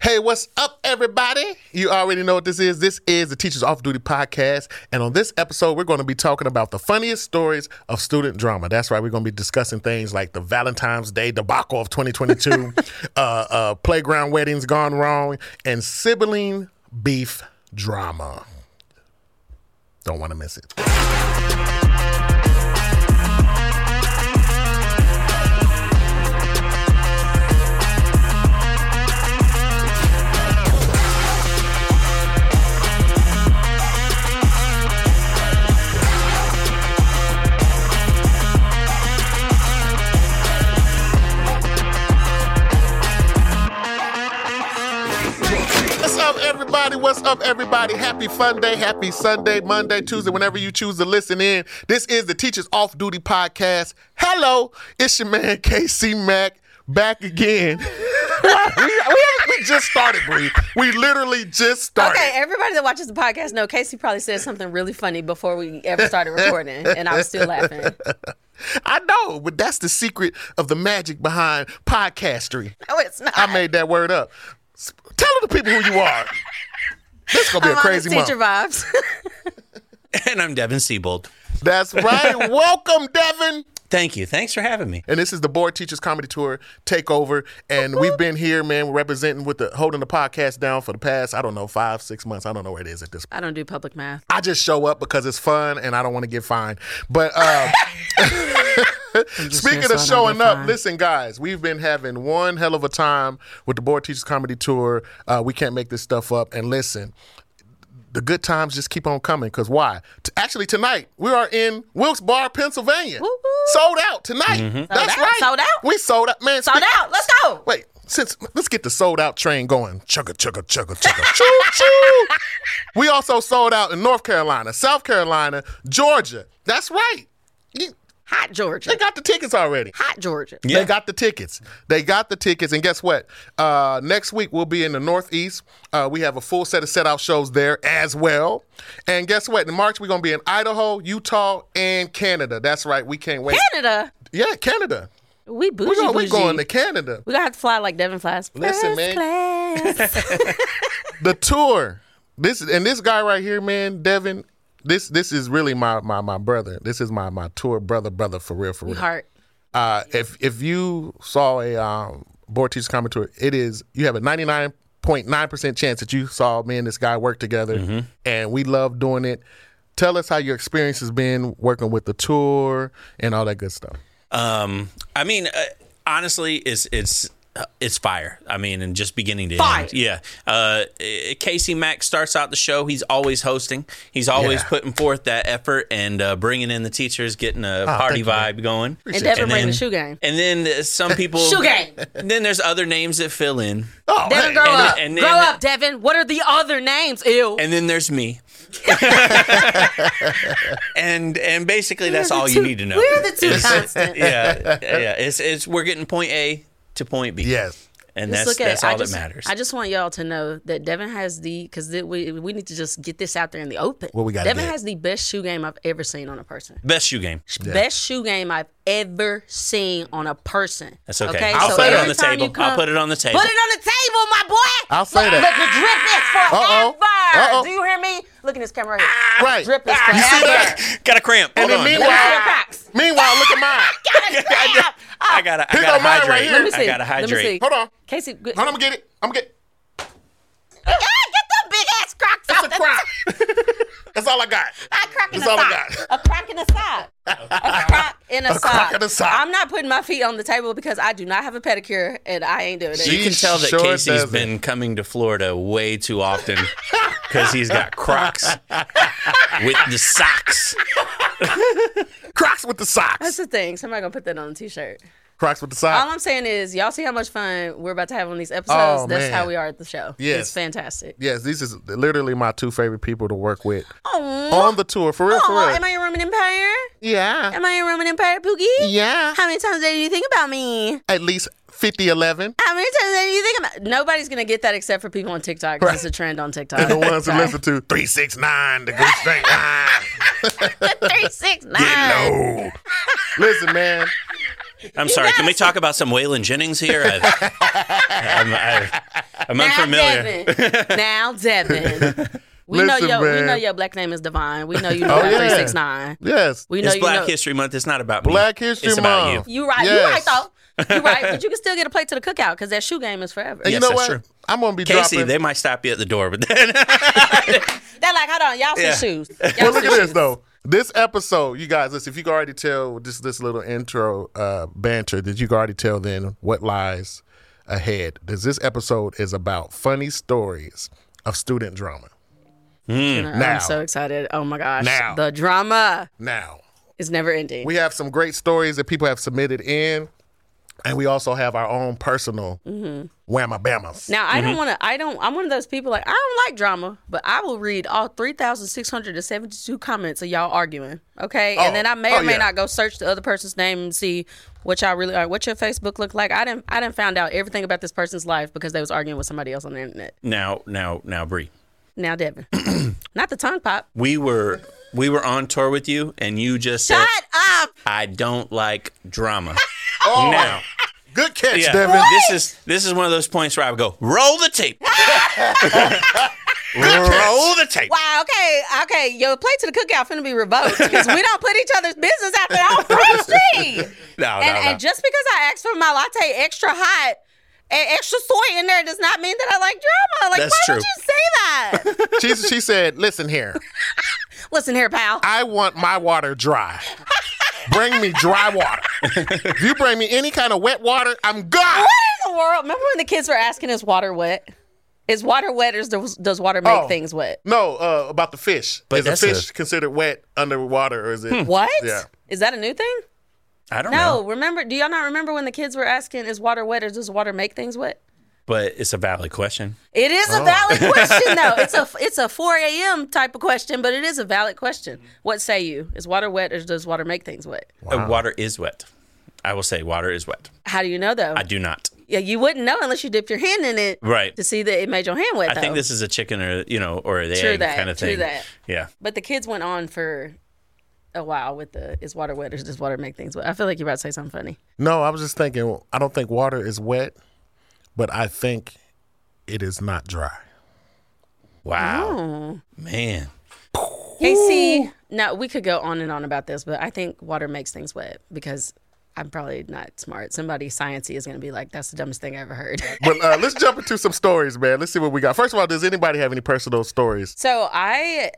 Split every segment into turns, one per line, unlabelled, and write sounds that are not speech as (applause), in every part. Hey, what's up, everybody? You already know what this is. This is the Teachers Off Duty Podcast. And on this episode, we're going to be talking about the funniest stories of student drama. That's right. We're going to be discussing things like the Valentine's Day debacle of 2022, uh, uh, playground weddings gone wrong, and sibling beef drama. Don't want to miss it. What's up, everybody? What's up, everybody? Happy Fun Day, happy Sunday, Monday, Tuesday, whenever you choose to listen in. This is the Teachers Off Duty Podcast. Hello, it's your man (laughs) KC Mack back again. (laughs) we, we, we just started, Bree. We literally just started.
Okay, everybody that watches the podcast know Casey probably said something really funny before we ever (laughs) started recording, and I was still (laughs) laughing.
I know, but that's the secret of the magic behind podcastery.
No, it's not.
I made that word up. S- Tell the people who you are. This is gonna be
I'm
a
on
crazy
this
month.
teacher vibes. (laughs)
(laughs) And I'm Devin Siebold.
That's
(laughs)
right. Welcome, Devin.
Thank you. Thanks for having me.
And this is the Board Teachers Comedy Tour Takeover. And we've been here, man, we're representing with the holding the podcast down for the past, I don't know, five, six months. I don't know where it is at this point.
I don't do public math.
I just show up because it's fun and I don't want to get fined. But
(laughs)
um, (laughs) speaking
here so
of
I don't
showing
get
up,
fined.
listen, guys, we've been having one hell of a time with the Board Teachers Comedy Tour. Uh, we can't make this stuff up. And listen, the good times just keep on coming because why? T- actually, tonight we are in Wilkes-Barre, Pennsylvania.
Woo-hoo.
Sold out tonight. That's right.
out, Mm-hmm. sold out.
We sold out, man.
Sold
speak-
out. Let's go.
Wait, since let's get the sold out train going. Chugga chugga chugga chugga (laughs) choo choo. We also sold out in North Carolina, South Carolina, Georgia. That's right. You-
Hot Georgia.
They got the tickets already.
Hot Georgia.
They got the tickets. They got the tickets. And guess what? Uh, next week we'll be in the Northeast. Uh, we have a full set of set out shows there as well. And guess what? In March we're gonna be in Idaho, Utah, and Canada. That's right. We can't wait.
Canada.
Yeah, Canada.
We bougie
We're, gonna, we're
bougie.
going to Canada.
we gonna have to fly like Devin flies.
Listen,
First
man.
(laughs)
Class.
the tour. This and this guy right here, man, Devin. This this is really my my my brother. This is my my tour brother brother for real for real.
Heart.
Uh, if if you saw a um, board teacher comment tour, it is you have a ninety nine point nine percent chance that you saw me and this guy work together, and we love doing it. Tell us how your experience has been working with the tour and all that good stuff.
Um, I mean, uh, honestly, it's it's uh, it's fire. I mean, and just beginning to
Fire.
end. Yeah. Uh, eh, Casey Mack starts out the show. He's always hosting. He's always
Yeah.
putting forth that effort and uh, bringing in the teachers, getting a party
Ah, thank you, man.
vibe going.
And Devin
And
bring the
then-
shoe game.
And then uh, some
(laughs)
people.
Shoe
(laughs)
game.
Then there's other names that fill in.
Oh,
Devin,
hey.
grow
and-
up.
and-
grow
and-
up, Devin. What are the other names? Ew.
and then there's
(laughs)
me. (laughs) and and basically that's all you
two-
need to know.
we're the two
It's-
constant.
Yeah, yeah. It's it's we're getting point A to point B.
yes,
and
Just
that's
look at
that's
it. I
all
just-
that matters.
I just want y'all to know that Devin has the because we we need to just get this out there in the open.
What we gotta
Devin
get?
has the best shoe game I've ever seen on a person.
Best shoe game.
Best shoe game I've ever seen on a person.
That's okay.
I'll
I'll
so
put it
every
on the
time
table.
you
I'll
come-
put it on the table.
Put it on the table, my boy.
I'll say
Look,
that.
Look, the drip is
Uh-oh.
forever.
Uh-oh.
Do you hear me? Look at this camera right
Ah.
here.
right.
Drip is
You see
forever.
that?
(laughs) Got a cramp.
And
Hold
then
on.
meanwhile, meanwhile, look at
(laughs)
mine.
(laughs)
Uh,
I gotta I
Here go
gotta
mine right
hydrate.
here. Let me
I
see.
gotta
Let me
hydrate.
see.
Hold on,
Casey, good.
hold on. I'm gonna get it. I'm gonna get.
Ah, get the big ass crocs
It's
off
a
the
crop.
(laughs)
That's all I got.
A crack in
That's
a
all I
sock. A crack in a sock. A crack in a,
A
sock.
crack in a sock.
I'm not putting my feet on the table because I do not have a pedicure and I ain't doing it.
You can tell that
Sure
Casey's
doesn't.
been coming to Florida way too
(laughs)
often because he's got Crocs with the socks.
Crocs with the
That's
socks.
the thing. Somebody gonna put that on a t-shirt.
Crocs with the
All
socks.
I'm saying is, y'all see how much fun we're about to have on these episodes.
Oh,
That's
man.
how we are at the show.
Yes.
it's fantastic.
Yes, these is literally my two favorite people to work with
Oh,
on the tour. For real, for real.
am I your Roman Empire?
yeah,
Am I your Roman Empire, Pookie?
yeah.
How many times a day do you think about me?
At least 50, 11.
How many times a day do you think about? Nobody's gonna get that except for people on TikTok. 'cause It's a trend on TikTok. (laughs)
The ones who
Sorry.
listen to 369 degrees straight line.
(laughs) Three six nine.
Hello. Listen, man.
I'm sorry. Can we talk about some Waylon Jennings here? I, I'm, I, I'm unfamiliar. (laughs)
Devin. now Devin. We know
Listen,
your we
man.
know your black name is Divine. We know you know
Oh,
that
yeah.
three six nine.
Yes.
We know
It's
you
Black
know
History Month. It's not about
Black
me.
History
it's about
Month.
you.
you right.
Yes.
You right though. You right,
(laughs)
but you can still get a plate to the cookout because that shoe game is forever.
And
Yes,
you know
that's
what?
true.
I'm gonna be
Casey,
dropping.
they might stop you at the door, but (laughs) then
They're like, hold on, y'all see
Yeah.
shoes.
well,
Y'all
look
see
at this
shoes.
though. This episode, you guys, listen. If you can already tell with this this little intro uh, banter, did you can already tell then what lies ahead? Because this episode is about funny stories of student drama. Now.
I'm so excited. Oh my gosh.
Now.
The drama
Now,
is never ending.
we have some great stories that people have submitted in, and we also have our own personal whamma bamas.
now I don't want to. I don't. I'm one of those people like I don't like drama, but I will read all 3,672 comments of y'all arguing. Okay,
Oh,
and then I may
oh,
or may
yeah.
not go search the other person's name and see what y'all really are. What your Facebook look like? I didn't. I didn't found out everything about this person's life because they was arguing with somebody else on the internet.
now, now, now, Bree,
Now
(clears throat)
Devin, not the tongue pop.
we were we were on tour with you, and you just said,
Shut up.
"I don't like
(laughs)
drama."
Oh, (laughs)
now,
good catch,
yeah,
Devin.
this is this is one of those points where I would go, "Roll the tape, roll the tape."
Wow, okay, okay. Your plate to the cookout finna be revoked because we don't put each other's business out there on Front Street.
(laughs)
No,
and,
no, no.
and just because I asked for my latte extra hot and extra soy in there does not mean that I like drama. Like,
That's
why
true.
would you
(laughs)
say that?
She, she said, "Listen here,
Listen here, pal.
I want my water dry. bring me dry water. if you bring me any kind of wet water, I'm gone."
what in the world? Remember when the kids were asking, "Is water wet? Is water wet, or does, does water make
Oh.
things wet?"
No, uh, about the fish.
But
is a
that's
fish
a-
considered wet underwater, or is it?
What?
Yeah.
Is that a new thing?
I don't
No,
know,
remember? Do y'all not remember when the kids were asking, "Is water wet, or does water make things wet?"
but it's a valid question.
It is
Oh.
a valid
(laughs)
question, though. It's a it's a 4 a.m. type of question, but it is a valid question. What say you? Is water wet, or does water make things wet?
Uh, Water is wet. I will say, water is wet.
How do you know though?
I do not.
yeah, you wouldn't know unless you dipped your hand in it
Right.
to see that it made your hand wet.
I think
though.
this is a chicken or you know or the
Oh. True
egg
that,
kind of
true
thing.
that.
Yeah.
But the kids went on for a while with the "Is water wet, or does water make things wet?" I feel like you're about to say something funny.
No, I was just thinking. I don't think water is wet, but I think it is not dry.
Wow.
Oh.
Man.
Casey, now we could go on and on about this, but I think water makes things wet because I'm probably not smart. Somebody sciencey is going to be like, "That's the dumbest thing I ever heard."
But uh, let's jump into some stories, man. Let's see what we got. First of all, does anybody have any personal stories?
So I,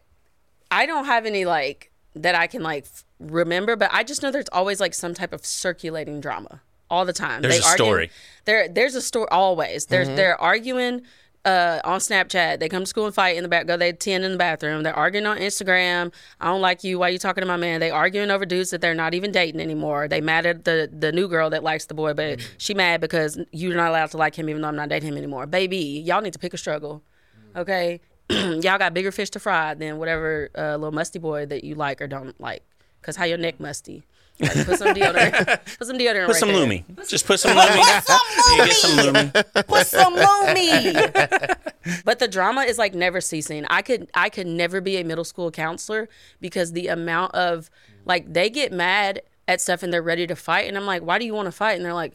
I don't have any like that I can like f- remember, but I just know there's always like some type of circulating drama all the time.
There's a
argue-
story.
There, there's a story always. There's they're arguing. Uh, on Snapchat, they come to school and fight in the back. Go, they ten in the bathroom. They're arguing on Instagram. I don't like you. Why you talking to my man? They arguing over dudes that they're not even dating anymore. They mad at the the new girl that likes the boy, but
Mm-hmm.
she mad because you're not allowed to like him, even though I'm not dating him anymore. Baby, y'all need to pick a struggle okay (clears throat) y'all got bigger fish to fry than whatever uh, little musty boy that you like or don't like because how your neck musty Like, put
(laughs)
some deodorant put some deodorant
Put some lumi. Just put
(laughs)
some lumi. (laughs) You get some lumi.
put some lumi (laughs) but the drama is like never ceasing i could i could never be a middle school counselor because the amount of like they get mad at stuff and they're ready to fight and i'm like why do you want to fight and they're like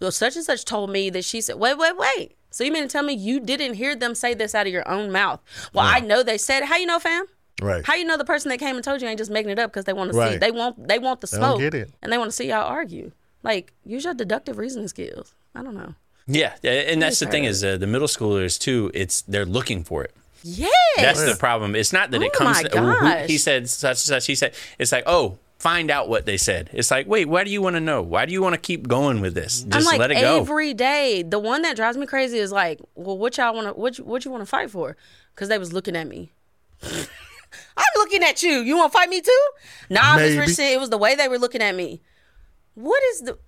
well such and such told me that she said wait wait wait so you mean to tell me you didn't hear them say this out of your own mouth well i know they said how you know fam
Right.
how you know the person that came and told you ain't just making it up because they want to see
Right.
they want they want the
don't
smoke
get it.
and they want to see y'all argue like use your deductive reasoning skills i don't know
Yeah, a- and that's the thing is uh, the middle schoolers too. It's they're looking for it.
yeah
That's the problem. It's not that it
Oh
comes.
my
to, "Ooh, who-
gosh.
he said such and such. He said it's like oh. Find out what they said. It's like, wait, why do you want to know? Why do you want to keep going with this? Just
I'm like
let it go.
every day. The one that drives me crazy is like, well, what y'all want to what you- what you want to fight for? Because they was looking at me. (laughs) I'm looking at you. You want to fight me too? Nah, Miss
Maybe.
Richardson. It was the way they were looking at me. What is the?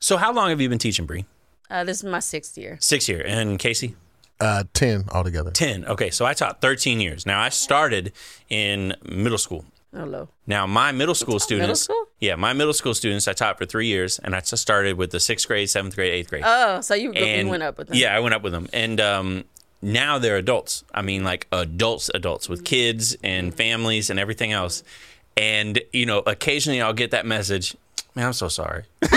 so, how long have you been teaching, Bree?
Uh, this is my sixth year.
Six year. And Casey,
Uh, Ten altogether.
10. Okay, so I taught 13 years. Now I started in middle school.
Hello.
Now my middle school
taught middle
students,
school?
yeah, my middle school students, I taught for three years, and I just started with the sixth grade, seventh grade, eighth grade.
Oh, so you,
and
you went up with them?
Yeah, I went up with them, and um, now they're adults. I mean, like adults, adults with kids and families and everything else. And you know, occasionally I'll get that message. man, I'm so sorry. (laughs) and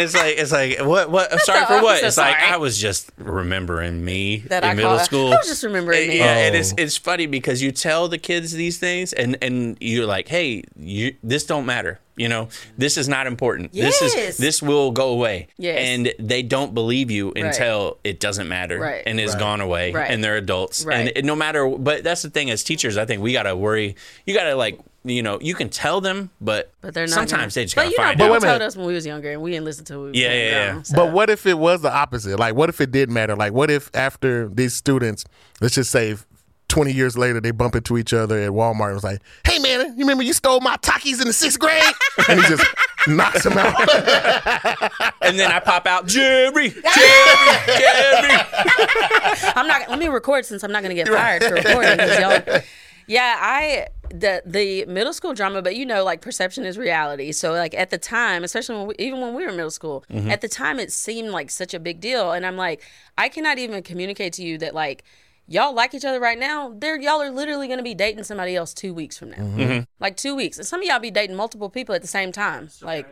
it's like, it's like, what, what? I'm sorry for
(laughs) I'm
what?
so
it's like
sorry.
I was just remembering me
That
in
I
middle
call- (laughs)
school.
I was just remembering
And-
me.
Yeah, and it's
Oh.
it's funny because you tell the kids these things, and and you're like, hey, you this don't matter. You know, this is not important. This
Yes.
is this will go away.
Yes.
And they don't believe you until it doesn't matter
Right.
and it's
Right.
gone away
Right.
and they're adults. And
Right.
it- no matter but that's the thing as teachers, I think we gotta worry you gotta like you know, you can tell them, but,
But they're not.
sometimes they just
gonna-
gotta
but you
find
know,
out.
But wait
people
a minute.
told us when we was younger, and we didn't listen to. it.
Yeah, yeah, yeah.
But what if it was the opposite? Like, what if it did matter? Like, what if after these students, let's just say 20 years later, they bump into each other at Walmart and was like, hey, man, you remember you stole my Takis in the sixth
(laughs)
grade? and he just knocks him out.
and then I pop
(laughs)
out, Jerry, Jerry, Jerry.
I'm not. Let me record since I'm not going to get fired for recording. 'cause
(laughs)
y'all- yeah, I the the middle school drama, but you know, like perception is reality. So like at the time, especially when we, even when we were in middle school,
Mm-hmm.
at the time it seemed like such a big deal, and I'm like, I cannot even communicate to you that like. Y'all like each other right now. They're y'all are literally going to be dating somebody else two weeks from now,
Mm-hmm.
like two weeks, and some of y'all be dating multiple people at the same time. Like,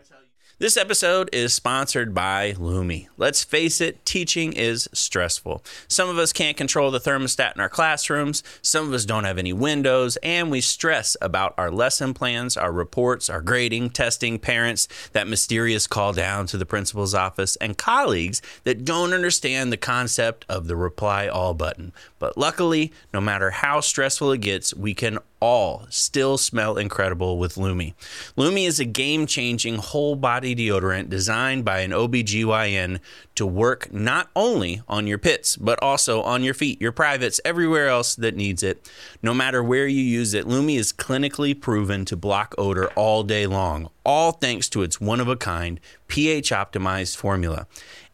This episode is sponsored by Lumi. Let's face it, teaching is stressful. Some of us can't control the thermostat in our classrooms, some of us don't have any windows, and we stress about our lesson plans, our reports, our grading, testing, parents, that mysterious call down to the principal's office, and colleagues that don't understand the concept of the reply all button. But luckily, no matter how stressful it gets, we can all still smell incredible with Lumi. Lumi is a game changing whole body deodorant designed by an OBGYN to work not only on your pits, but also on your feet, your privates, everywhere else that needs it. No matter where you use it, Lumi is clinically proven to block odor all day long, all thanks to its one of a kind, pH optimized formula.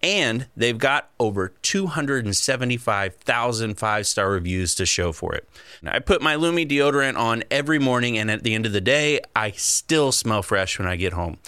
And they've got over 275,000 five star reviews to show for it. And I put my Lumi deodorant on every morning, and at the end of the day, I still smell fresh when I get home.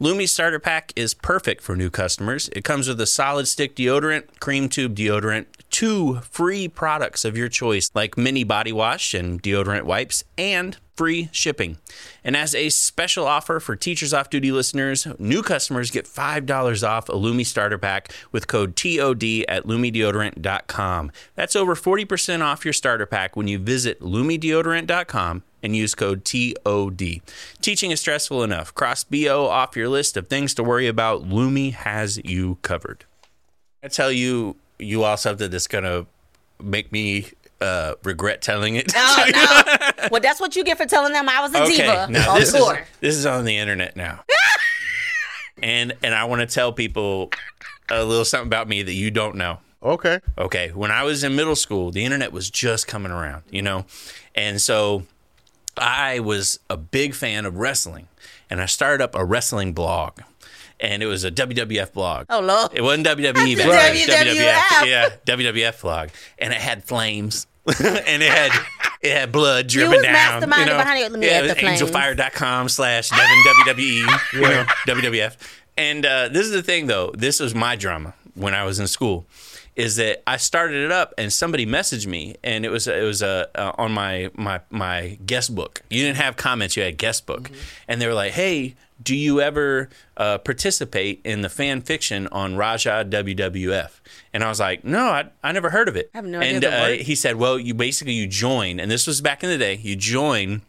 Lumi Starter Pack is perfect for new customers. It comes with a solid stick deodorant, cream tube deodorant, two free products of your choice, like mini body wash and deodorant wipes, and free shipping. And as a special offer for Teachers Off Duty listeners, new customers get $5 off a Lumi starter pack with code TOD at lumideodorant.com. That's over 40% off your starter pack when you visit lumideodorant.com and use code TOD. Teaching is stressful enough. Cross BO off your list of things to worry about. Lumi has you covered. I tell you, you all something that's going to make me uh, regret telling it.
oh no, well that's what you get for telling them I was a diva
now
on
this
tour.
Is, this is on the
(laughs)
internet now. and and I want to tell people a little something about me that you don't know.
okay.
Okay, when I was in middle school, the internet was just coming around, you know? And so I was a big fan of wrestling, and I started up a wrestling blog. And it was a WWF blog.
Oh lord,
It wasn't E, WWE back
Right.
then.
WWF.
Yeah, WWF vlog, and it had flames, (laughs) and it had it had blood dripping
was
down.
masterminded
you know?
behind it. Let me
yeah,
add
it
the flames.
was angelfire.com slash Devin
(laughs)
WWE, you know, WWF. And uh, this is the thing, though. This was my drama when I was in school. Is that I started it up and somebody messaged me and it was it was uh, uh, on my my my guest book. You didn't have comments, you had guest book,
Mm-hmm.
and they were like, "Hey, do you ever uh, participate in the fan fiction on Raja WWF?" And I was like, "No, I, I never heard of it."
I have no idea
and,
the
uh,
word.
he said, "Well, you basically you join, and this was back in the day. You join,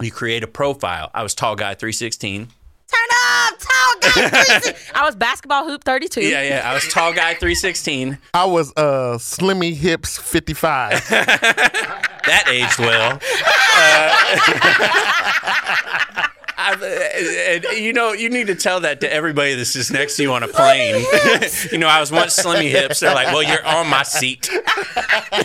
you create a profile. I was tall guy, three sixteen.
Turn up, tall
(laughs)
guy. 360. I was basketball hoop 32.
Yeah, yeah. I was tall guy, three sixteen.
I was uh, Slimmy Hips
(laughs)
55.
That aged well. (laughs) I, Uh, and, you know, you need to tell that to everybody that's just next to you on a plane. (laughs) you know, I was once slimmy hips. They're like, "Well, you're on my seat."
(laughs)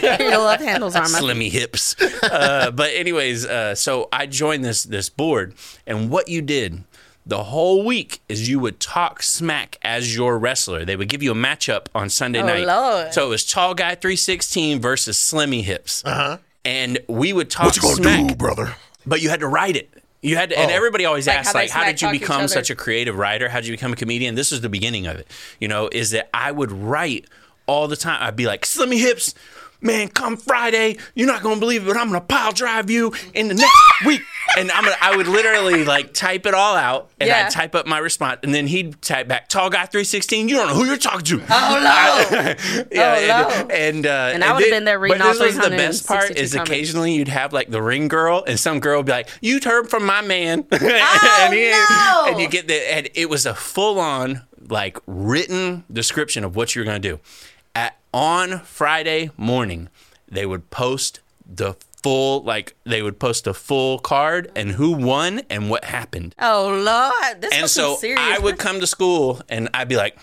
Your love handles are
(laughs)
my.
slimmy hips. Uh, but anyways, uh, so I joined this this board, and what you did the whole week is you would talk smack as your wrestler. They would give you a matchup on Sunday night.
Lord.
So it was Tall Guy 316 versus Slimmy Hips. Uh-huh. And we would talk smack
brother?
but you had to write it. You had to, and everybody always
Oh. Like
asks,
how they
like, how did you
smack talk each
become
other.
such a creative writer? How did you become a comedian? This was the beginning of it. You know, is that I would write all the time. I'd be like, Slimmy Hips man, come Friday, you're not gonna believe it, but I'm gonna pile drive you in
(laughs)
the next week. And I'm gonna, I would literally like type it all out, and
Yeah.
I type up my response, and then he'd type back, "Tall guy, three sixteen. You don't know who you're talking to."
Oh no. (laughs)
(laughs) yeah,
Oh,
and, and, uh,
And I would've
thi-
been there reading
But
all
this was the best part
362
is
comments.
occasionally you'd have like the ring girl, and some girl would be like, "You heard from my man," (laughs) and, he-
Oh, no.
and you get the and it was a full on like written description of what you were gonna do. At on Friday morning, they would post the full like they would post the full card and who won and what happened.
oh Lord. This
And
was
so
serious.
I would come to school and I'd be like,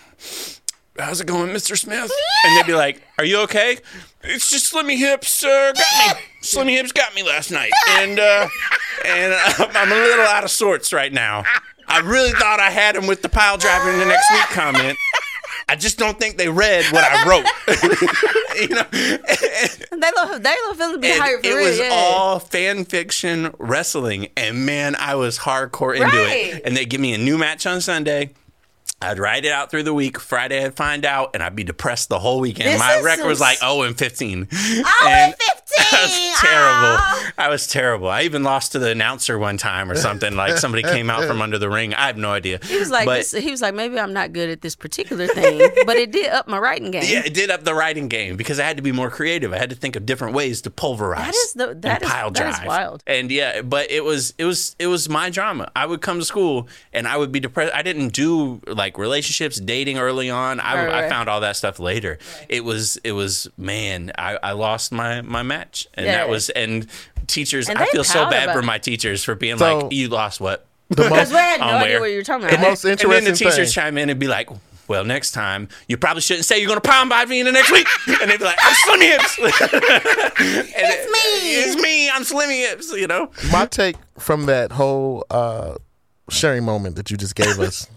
How's it going, Mr. Smith? And they'd be like, Are you okay? It's just Slimmy Hips, sir. Got me. Slimmy Hips got me last night. And, uh, and I'm- I'm a little out of sorts right now. I really thought I had him with the pile driving the next week comment. I just don't think they read what I wrote. (laughs) you know?
(laughs) they love they love feeling
And
behind for
it
real.
was
yeah.
all fan fiction wrestling, and man, I was hardcore into
Right.
it. And they would give me a new match on Sunday. I'd write it out through the week. Friday, I'd find out, and I'd be depressed the whole weekend.
This
My
is
record
some Oh,
was like oh,
s-
0 and 15. 0 (laughs)
and 15,
I was terrible.
aw.
I was terrible. I even lost to the announcer one time or something. Like somebody came out
(laughs)
from under the ring. I have no idea.
He was like,
But-
this, he was like, maybe I'm not good at this particular
(laughs)
thing, but it did up my writing game.
yeah, it did up the writing game because I had to be more creative. I had to think of different ways to pulverize.
That is the- that
and
is-
pile
that is
drive.
wild.
And yeah, but it was it was it was my drama. I would come to school and I would be depressed. I didn't do like relationships, dating early on. I,
Right,
I
right.
found all that stuff later. It was it was man. I, I lost my my match, and
Yeah.
that was and teachers.
And
I
they
feel so
proud
bad
about
for
it.
my teachers for being
So-
like, you lost what.
The
Because
most,
we had no
I'm
idea
aware.
what you were talking
the
about.
most
And then
interesting
the teachers
thing.
chime in and be like, well, next time you probably shouldn't say you're gonna pound by me in the next week. (laughs) And they'd be like, I'm Slimmy Hips. (laughs) it's
me.
It's me. I'm Slimmy Hips. You know.
My take from that whole uh, sharing moment that you just
(laughs)
gave us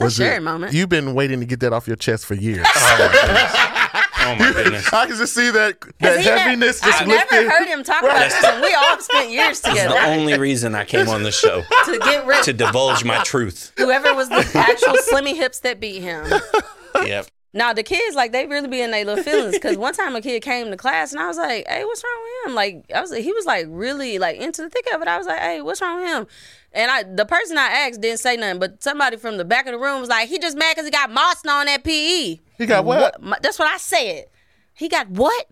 was that
sharing moment.
You've been waiting to get that off your chest for
(laughs)
years.
Oh my (laughs) goodness.
I can just see that that
He never-
heaviness just
I've
lifted.
never heard him talk about this, and we all spent years together
The only reason I came on the show
to get rid
to
of
divulge my truth.
whoever was the actual slimmy hips that beat him.
Yep.
Now the kids like they really be in their little feelings because one time a kid came to class and I was like, "Hey, what's wrong with him?" Like I was, he was like really like into the thick of it. I was like, "Hey, what's wrong with him?" And I, the person I asked didn't say nothing, but somebody from the back of the room was like, "He just mad because he got mossed on that PE."
He got what?
My, that's what I said. He got what?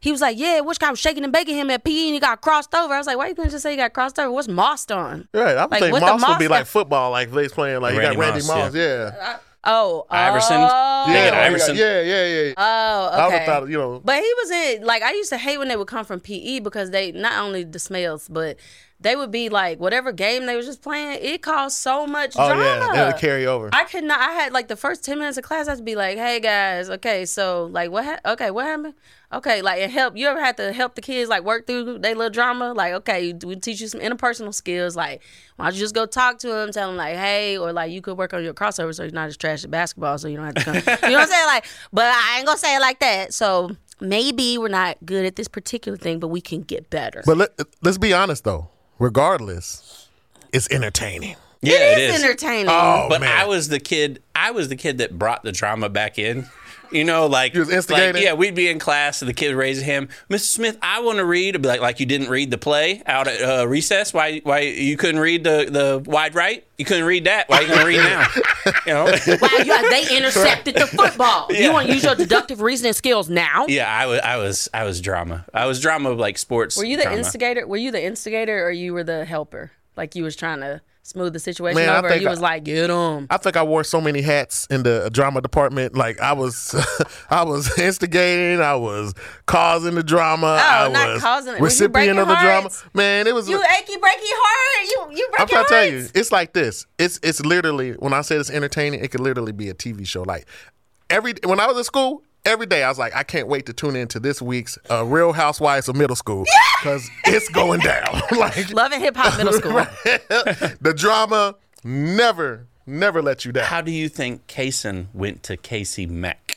He was like, "Yeah, which guy was shaking and baking him at PE and he got crossed over." I was like, "Why you couldn't just say he got crossed over? What's mossed on?"
Right, I
Like,
think
what the
Moss would be
Moss
like
got-
football, like they playing like you
Randy
got Randy
Moss,
Moss, yeah,
Oh,
Iverson?
Oh,
They
yeah,
got Iverson.
yeah, yeah, yeah. yeah.
Oh,
(laughs)
okay.
I would have thought, you know,
But he was in like I used to hate when they would come from PE because they not only the smells, but they would be like whatever game they was just playing. It caused so much
oh
drama.
yeah, that would carry over.
I could not. I had like the first ten minutes of class. I had to be like, "Hey guys, okay, so like what? Ha- okay, what happened? Okay, like and help. You ever had to help the kids like work through their little drama? Like, okay, we teach you some interpersonal skills. Like, why don't you just go talk to them, tell them like, hey, or like you could work on your crossover so you're not as trash at basketball, so you don't have to. Come. you know what I'm
(laughs)
saying? Like, but I ain't gonna say it like that. So maybe we're not good at this particular thing, but we can get better.
But let, let's be honest though. Regardless, it's entertaining.
Yeah, it is.
it's entertaining.
Oh
but
man,
I was the kid. I was the kid that brought the drama back in. You know, (laughs) like,
You was instigating?
like, yeah, we'd be in class, and the kid raises him, Mr. Smith. I want to read. I'd be like, like you didn't read the play out at uh, recess. Why? Why you couldn't read the the wide right? You couldn't read that. Why you gonna
(laughs)
read now? You know. (laughs)
Wow, you, they intercepted the football. You
Yeah.
want to use your deductive reasoning skills now?
Yeah, I was, I was, I was drama. I was drama of, like sports.
Were you the
drama.
instigator? Were you the instigator, or you were the helper? Like you was trying to smooth the situation
Man, I
over. or
think
You
I-
was like, get them.
I think I wore so many hats in the drama department. Like I was, (laughs) I was instigating. I was causing the drama. I
Oh, not
was
causing it. Were you
recipient
breaking
of the drama.
hearts?
Man, it was.
You achy, breaky heart. You you break
I'm trying
your
to tell you,
hearts.
it's like this. It's it's literally when I said it's entertaining, it could literally be a TV show. Like every when I was in school, every day I was like, I can't wait to tune into this week's uh, Real Housewives of Middle School because it's going down. (laughs) like
Love and hip hop middle
(laughs)
school.
the drama never never let you down.
How do you think Kaysen went to Casey Mack?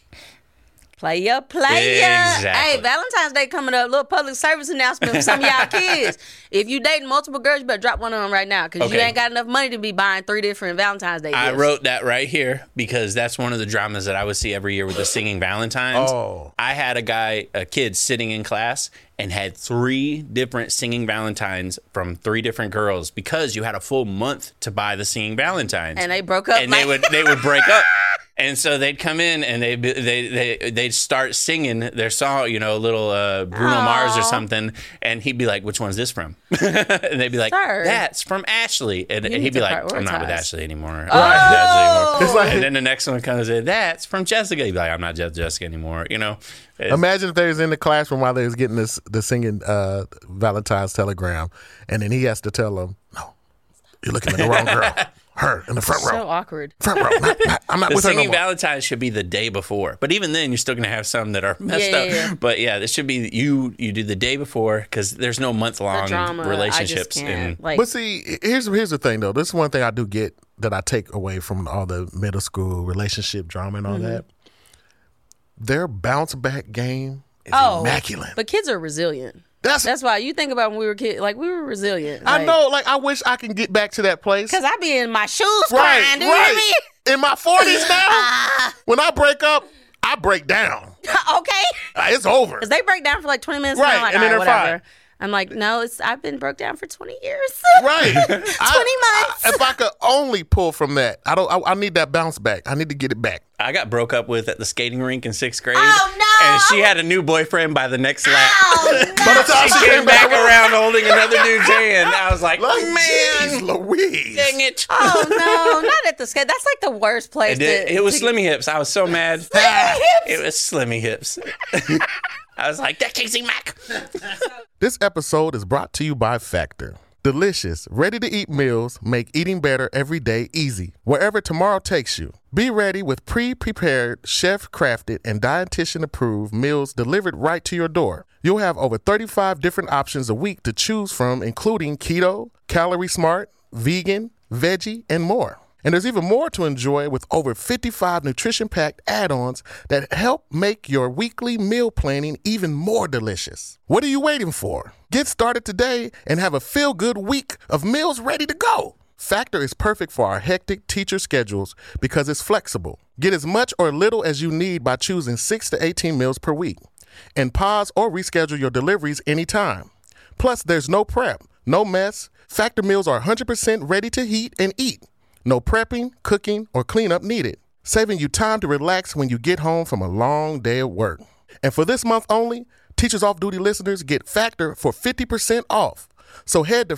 Player, player.
Exactly.
Hey, Valentine's Day coming up. Little public service announcement for some of
(laughs)
y'all kids. If you dating multiple girls, you better drop one of them right now because you
Okay.
ain't got enough money to be buying three different Valentine's Day
I
gifts.
wrote that right here because that's one of the dramas that I would see every year with the singing Valentines.
Oh.
I had a guy, a kid sitting in class and had three different singing Valentines from three different girls because you had a full month to buy the singing Valentines.
And they broke up.
and they
like-
would they would break up. And so they'd come in and they they they they'd start singing their song, you know, a little uh, Bruno Mars or
Aw.
something, and he'd be like, "Which one's this from?" (laughs) and they'd be like,
Sir.
"That's from Ashley," and, and
need
he'd be
to
like, "I'm not with
prioritize. Oh!
Ashley anymore." I'm not with Ashley anymore.
It's like-
and then the next one comes in, "That's from Jessica." He'd be like, "I'm not with Jessica anymore," you know. It's-
Imagine if they was in the classroom while they was getting this the singing uh, Valentine's telegram, and then he has to tell them, "No, you're looking at the wrong
(laughs)
girl. Her in the front
(laughs) so
row,
awkward.
front row. Not, not, I'm not
The
with her no
singing
more."
Valentine's should be the day before, but even then, you're still gonna have some that are messed
Yeah,
up.
yeah, yeah.
But yeah, this should be you. You do the day before because there's no month
The
long
drama. I just
relationships.
can't.
in
Like,
But see, here's here's the thing though. This is one thing I do get that I take away from all the middle school relationship drama and all that. Their bounce back game is
oh,
immaculate.
But kids are resilient.
that's,
That's why you think about when we were kids. Like we were resilient.
I know. Like I wish I can get back to that place.
Cause I be in my shoes crying. Do you hear me?
In my forties now, when I break up, I break down.
(laughs) okay.
Uh, It's over.
Because they break down for like 20 minutes and I'm
Right,
like,
and
all
then
right,
they're fine.
whatever. I'm like, no, it's I've been broke down for 20 years.
(laughs)
(laughs)
Right, twenty months.
months.
if I could only pull from that, I don't. I, I need that bounce back. I need to get it back.
I got broke up with at the skating rink in sixth grade.
Oh, no!
And she had a new boyfriend by the next lap.
Ow, Oh, no.
(laughs) By the time
She came back around holding another dude's hand. I was like, man,
Jeez Louise.
dang it.
Oh no, not at the skate. That's like the worst place.
And it,
to,
it was
to-
Slimmy Hips. I was so mad.
hips?
It was Slimmy Hips. (laughs) I was like, that Casey Mac.
This episode is brought to you by Factor. Delicious, ready to eat meals make eating better every day easy, wherever tomorrow takes you. Be ready with pre prepared, chef crafted, and dietitian approved meals delivered right to your door. You'll have over 35 different options a week to choose from, including keto, calorie smart, vegan, veggie, and more. And there's even more to enjoy with over 55 nutrition packed add ons that help make your weekly meal planning even more delicious. What are you waiting for? Get started today and have a feel good week of meals ready to go. Factor is perfect for our hectic teacher schedules because it's flexible. Get as much or little as you need by choosing 6 to 18 meals per week. And pause or reschedule your deliveries anytime. Plus, there's no prep, no mess. Factor meals are 100% ready to heat and eat. No prepping, cooking, or cleanup needed, saving you time to relax when you get home from a long day of work. And for this month only, Teachers Off Duty listeners get Factor for 50% off. So head to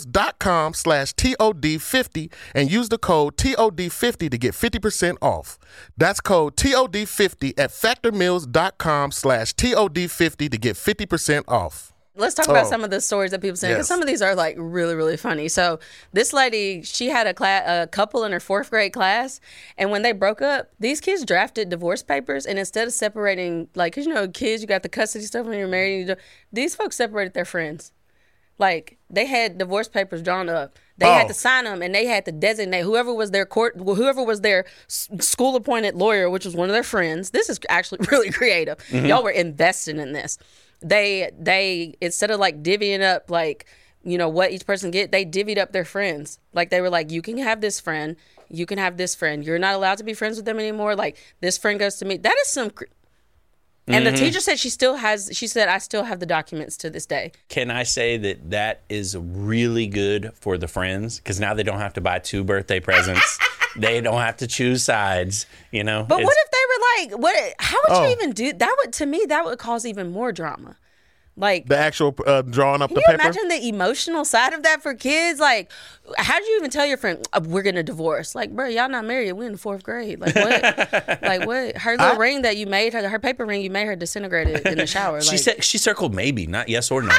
factormeals.com slash TOD50 and use the code TOD50 to get 50% off. That's code TOD50 at factormeals.com slash TOD50 to get 50% off.
Let's talk about
Oh.
some of the stories that people saying because
Yes.
some of these are like really really funny. So this lady, she had a, cla- a couple in her fourth grade class, and when they broke up, these kids drafted divorce papers, and instead of separating, like 'cause you know kids, you got the custody stuff when you're married. You do, these folks separated their friends. Like they had divorce papers drawn up. They
Oh.
had to sign them, and they had to designate whoever was their court, whoever was their school appointed lawyer, which was one of their friends. This is actually (laughs) really creative. Y'all were invested in this. They they instead of like divvying up like you know what each person get, they divvied up their friends. Like they were like, you can have this friend, you can have this friend. You're not allowed to be friends with them anymore. Like this friend goes to me. That is some. cr- And the teacher said she still has. She said I still have the documents to this day.
Can I say that that is really good for the friends? Because now they don't have to buy two
(laughs)
birthday presents. they don't have to choose sides, you know?
But
It's-
what if they were like, what? How would
Oh.
you even do that? Would to me that would cause even more drama. Like,
The actual uh, drawing up the
can you
paper.
imagine the emotional side of that for kids? Like, how do you even tell your friend "Uh, we're gonna divorce? Like, bro, y'all not married. We in the fourth grade. Like
(laughs)
what? like what? Her little ring that you made, her, her paper ring you made her disintegrated in the shower.
she
like,
said she circled maybe, not yes or
(laughs)
no.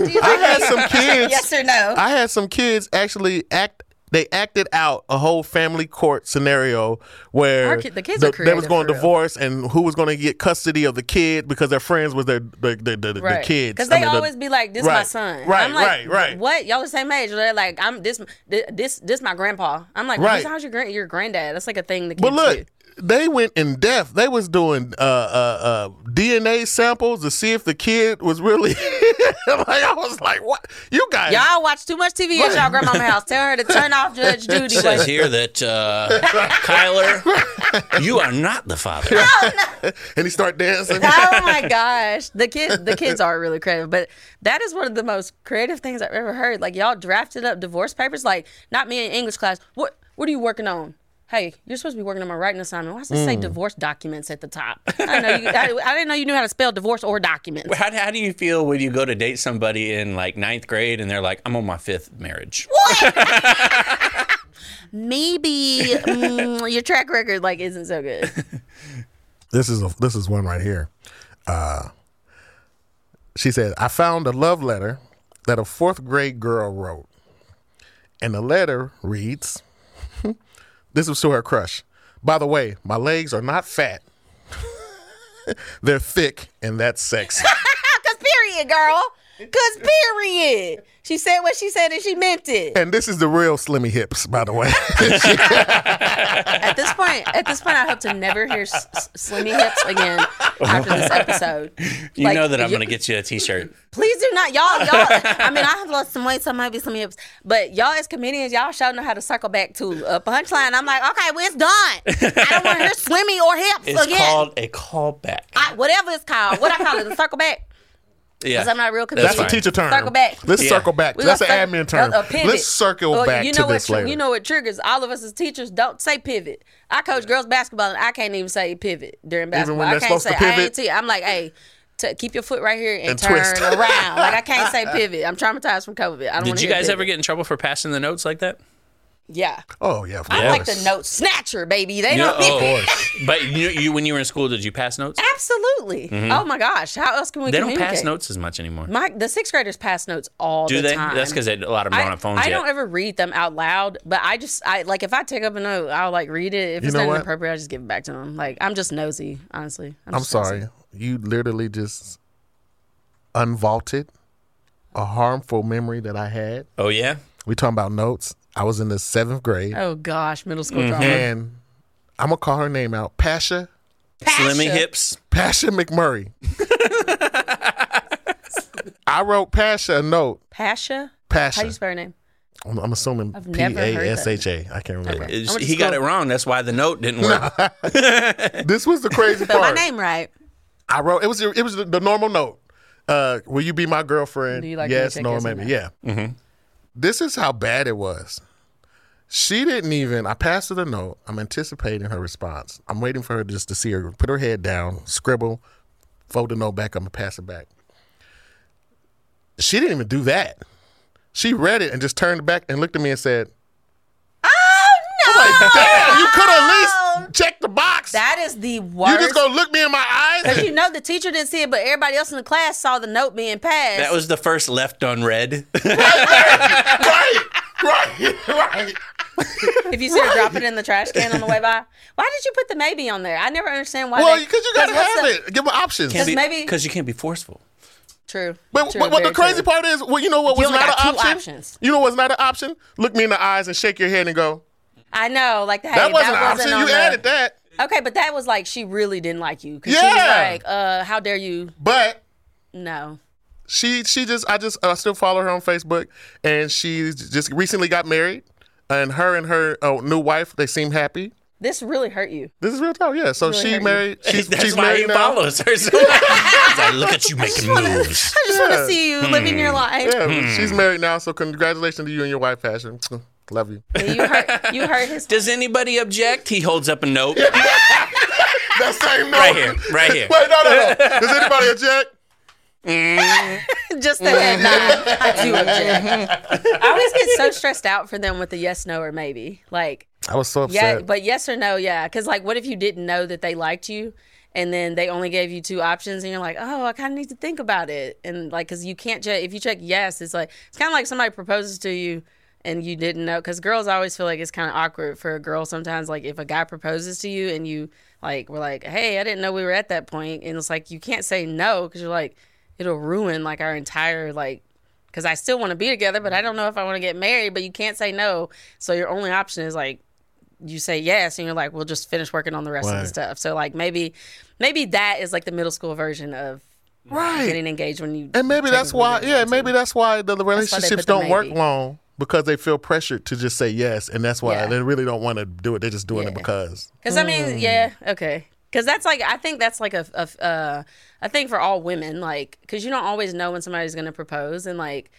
I had some kids.
yes or no?
I had some kids actually act. They acted out a whole family court scenario
Our
where
kid- the kids are
they was
creative,
going
for
to
real.
divorce and who was going to get custody of the kid because their friends was their the, the, the, the kids.
Because
I
they
mean, the-
always be like, "This is my
Right,
son."
right,
I'm like,
right, right.
What? Y'all the same age? They're like, "I'm this, this, this, this my grandpa." I'm like,
Right.
"How's your grand, your granddad?" That's like a thing. The kids
But look,
do.
they went in depth. They was doing uh, uh, uh, DNA samples to see if the kid was really. (laughs) like I was like, what? You guys,
Y'all watch too much TV at y'all grandma's house. Tell her to turn off Judge Judy.
says here that uh,
(laughs)
Kyler, you are not the father.
and he start dancing.
oh my gosh, the kid the kids are really creative, but that is one of the most creative things I've ever heard. Like y'all drafted up divorce papers. Like not me in English class. What what are you working on? Hey, you're supposed to be working on my writing assignment. Why does it say divorce documents at the top? I, didn't know you, I, I didn't know you knew how to spell divorce or documents.
How, how do you feel when you go to date somebody in like ninth grade and they're like, I'm on my fifth marriage?
Maybe mm, your track record like isn't so good. (laughs)
This is a, this is one right here. Uh, she said, "I found a love letter that a fourth grade girl wrote, and the letter reads, (laughs) "This was to her crush. By the way, my legs are not fat; (laughs) they're thick, and that's (laughs) sexy."
Cause period, girl. Cause period. She said what she said and she meant it.
and this is the real Slimmy Hips, by the way.
At this point, at this point, I hope to never hear s- s- Slimmy Hips again after this episode.
You
Like,
know that I'm
you-
going to get you a t shirt.
Please do not, y'all, y'all. I mean, I have lost some weight, so I might be Slimmy Hips, but y'all as comedians, y'all sure know how to circle back to a punchline. I'm like, okay, well, it's done. I don't
(laughs)
want to hear Slimmy or Hips
It's
again.
called a callback.
I, whatever it's called, what I call it, the circle back.
yeah.
Because I'm not a real
That's (laughs)
comedian.
a teacher term.
Circle back.
Let's
Yeah.
circle back.
We
That's an
gonna cir-
admin term.
a- a pivot.
Let's circle
Well,
back
you know
to
what,
this
tri-
later.
You know what triggers all of us as teachers? Don't say pivot. I coach girls basketball and I can't even say pivot during basketball.
when
I
they're
can't
supposed to
say I
pivot?
ain't te- I'm like, hey, t- keep your foot right here and,
And
turn
twist.
around. Like I
(laughs)
can't say pivot. I'm traumatized from COVID. I don't wanna
Did you
hear
guys
pivot.
ever get in trouble for passing the notes like that?
Yeah.
oh yeah, of
I like
course.
the note snatcher, baby. They
No,
don't need
but you, you when you were in school, did you pass notes?
Absolutely. Oh my gosh. How else can we
Mm-hmm. They don't
communicate?
pass notes as much anymore.
My the sixth graders pass notes all
Do
the
they?
time.
That's because a lot of them
I,
don't have phones
I
yet.
don't ever read them out loud, but I just I like if I take up a note, I'll like read it. If
You
it's
know
not
what?
inappropriate, I just give it back to them. Like I'm just nosy, honestly. I'm,
I'm
just nosy.
sorry. You literally just unvaulted a harmful memory that I had.
oh yeah,
We talking about notes. I was in the seventh grade,
Oh gosh, middle school drama.
and I'm gonna call her name out. Pasha,
slimmy
Pasha.
hips.
Pasha McMurray. (laughs) I wrote Pasha a note.
Pasha. How do you
Pasha.
spell her name?
I'm, I'm assuming
never
P
heard
A
that.
S H A. I can't remember.
It's-
I'm gonna
He got it
scroll.
wrong. That's why the note
(laughs)
didn't work.
This was the crazy
Spell my
part.
name right.
I wrote it was it was the, the normal note. Uh, will you be my girlfriend?
Do you like me to
yes,
take
no,
yes or
maybe.
no?
Yeah. This is how bad it was. She didn't even. I passed her the note. I'm anticipating her response. I'm waiting for her just to see her put her head down, scribble, fold the note back. I'm gonna pass it back. She didn't even do that. She read it and just turned back and looked at me and said,
Oh no! (laughs)
"Damn, you could at least check the box.
That is the
you
worst.
just gonna look me in my eyes."
you know the teacher didn't see it, but everybody else in the class saw the note being passed.
That was the first left (laughs) unread.
(laughs) right, right, (laughs) right.
if you see her drop it in the trash can on the way by, why did you put the maybe on there? I never understand why.
Well,
they-
because you gotta
what's
have
the-
it. Give them options.
Because maybe-
because you can't be forceful.
True.
But
true,
but what the
very
crazy
true.
part is, well, you know what was
only
not an
got two
option?
options.
You know what's not an option? Look me in the eyes and shake your head and go,
I know, like the, hey,
that wasn't an option.
on
You
the-
added that.
Okay, but that was like she really didn't like you. 'Cause She
Yeah.
was like, uh, how dare you?
But
No.
she she just I just I still follow her on Facebook and she just recently got married and her and her uh, new wife, they seem happy.
This really hurt you. (laughs)
This is real talk, yeah. So she
hurt you.
married. She's,
(laughs) That's
she's
why
married
he
now.
(laughs)
follows her. So much. He's like, look at you making moves.
I just want to see you living your life.
Yeah, she's married now. So congratulations to you and your wife, Passion. Love you.
And You hurt. You hurt his.
Does anybody object? He holds up a note.
That same note.
Right here, right here.
(laughs) Wait, no, no, no. Does anybody object?
(laughs) Just the head nod. I do object. I always get so stressed out for them with the yes, no, or maybe. Like,
I was so
yeah,
upset.
but yes or no, yeah. Because like, what if you didn't know that they liked you? And then they only gave you two options, and you're like, "Oh, I kind of need to think about it." And like, because you can't check if you check yes, it's like it's kind of like somebody proposes to you, and you didn't know. Because girls always feel like it's kind of awkward for a girl sometimes. Like if a guy proposes to you, and you like were like, "Hey, I didn't know we were at that point," and it's like you can't say no because you're like, it'll ruin like our entire like because I
Mm-hmm.
still want to be together, but I don't know if I want to get married. But you can't say no, so your only option is like you say yes and you're like we'll just finish working on the rest of
Right.
the stuff so like maybe maybe that is like the middle school version of
right.
getting engaged when you
And maybe that's
technically
why,
don't
yeah,
want to.
maybe that's why the, the
why they
relationships
put the
don't work
maybe.
long because they feel pressured to just say yes, and that's why
Yeah.
they really don't want to do it. They're just doing it
Yeah.
because.
Because I mean, yeah, okay. Because that's like I think that's like a, a uh, a thing for all women, like because you don't always know when somebody's gonna propose, and like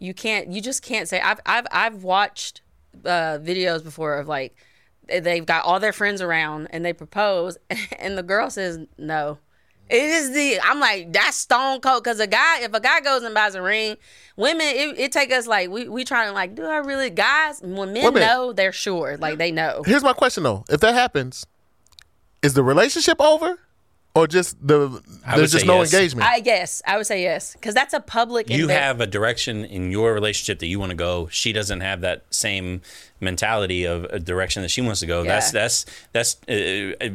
you can't, you just can't say. I've I've I've watched uh, videos before of like they- they've got all their friends around and they propose, (laughs) and the girl says no. It is the I'm like that's stone cold because a guy if a guy goes and buys a ring, women it, it take us like we we trying to like do I really guys when men
Women-
know they're sure like they know
Here's my question though: If that happens, is the relationship over, or just the
would
there's just
say
no
yes.
engagement?
I yes, I would say yes because that's a public.
you
inve-
have a direction in your relationship that you want to go. She doesn't have that same mentality of a direction that she wants to go. That's
Yeah.
that's that's. Uh, uh,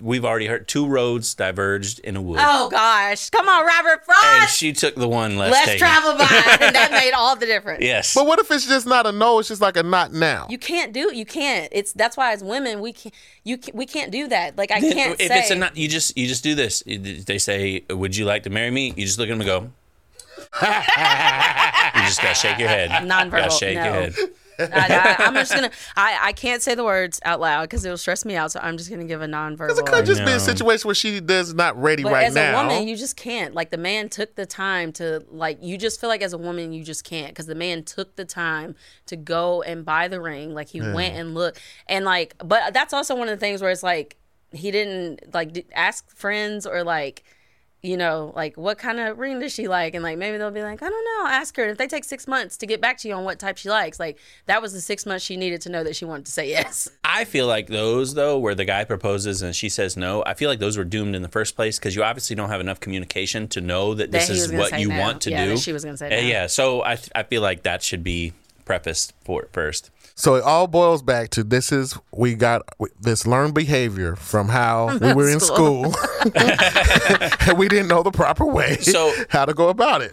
we've already heard two roads diverged in a wood,
Oh gosh, come on, Robert
and
Frost.
she took the one less.
Let's
taken.
travel by,
(laughs)
and that made all the difference.
Yes,
but what if it's just not a no? It's just like a not now.
You can't do. You can't. It's that's why as women we can't. You can, we can't do that. Like I can't
if
say.
it's a not, you just you just do this. They say, "Would you like to marry me?" You just look at them and go. (laughs) you just gotta shake your head.
Nonverbal,
Gotta shake
no.
your head.
(laughs) I, I, am just gonna. I, I can't say the words out loud because it'll stress me out. So I'm just gonna give a nonverbal.
It could just be
No.
a situation where she does not ready
but
right
as
now.
a woman, you just can't. Like the man took the time to like. You just feel like as a woman, you just can't because the man took the time to go and buy the ring. Like he went and looked and like. But that's also one of the things where it's like he didn't like d- ask friends or like. You know, like what kind of ring does she like? And like maybe they'll be like, I don't know, ask her. And if they take six months to get back to you on what type she likes, like that was the six months she needed to know that she wanted to say yes.
I feel like those though, where the guy proposes and she says no, I feel like those were doomed in the first place because you obviously don't have enough communication to know that this
he
is
was gonna
what
say
you
no.
want to
Yeah,
do.
that she was gonna say
Uh,
no.
Yeah, so I I feel like that should be prefaced for first.
So it all boils back to this is we got this learned behavior from how we were in school.
School.
and (laughs) we didn't know the proper way
So-
how to go about it.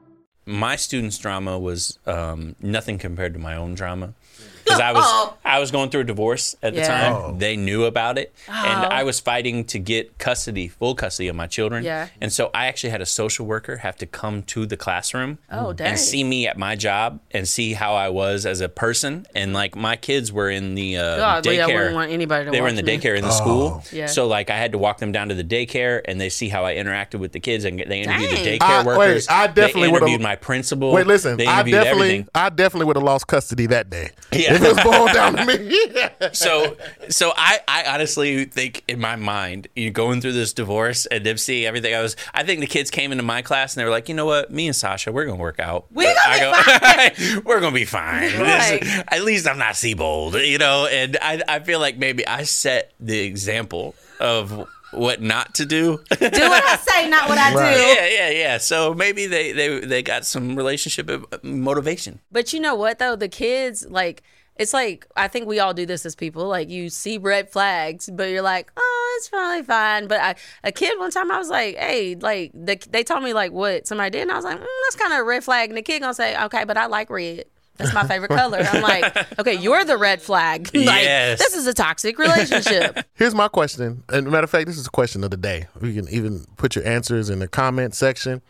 My students' drama was um, nothing compared to my own
(laughs)
drama. Because I was
Oh.
I was going through a divorce at the
Yeah. Oh.
time.
Oh.
They knew about it. And I was fighting to get custody, full custody of my children.
Yeah.
And so I actually had a social worker have to come to the classroom
Oh, dang.
and see me at my job and see how I was as a person. And like my kids were in the uh,
God, Leah, I
daycare.
wouldn't want anybody to
they were in the
watch me. Oh.
daycare in the school.
Yeah.
So like I had to walk them down to the daycare and they see how I interacted with the kids and they interviewed the
Dang.
daycare
I- wait,
workers.
I definitely
they
would've-
interviewed my principal.
Wait, listen.
They
I
interviewed
definitely,
everything.
I definitely would have lost custody that day.
Yeah.
If it was boiled down to me.
(laughs) so so I, I honestly think in my mind you know, going through this divorce and them seeing everything i was i think the kids came into my class and they were like you know what me and sasha we're gonna work out
We gonna
I
be
(laughs) fine. we're gonna be fine This-
Right.
at least i'm not seabold you know and i, I feel like maybe i set the example of what not to do
Do what I say, not what
(laughs)
I
Right.
do.
yeah yeah yeah so maybe they they, they got some relationship motivation
But you know what though, the kids like it's like I think we all do this as people. Like you see red flags, but you're like, oh, it's probably fine. But I, a kid one time, I was like, hey, like the, they told me like what somebody did, and I was like, mm, that's kind of a red flag. And the kid gonna say, okay, but I like red. That's my favorite color.
(laughs)
I'm like, okay, you're the red flag. (laughs) like,
Yes.
this is a toxic relationship. (laughs)
Here's my question. And matter of fact, this is a question of the day. You can even put your answers in the comment section.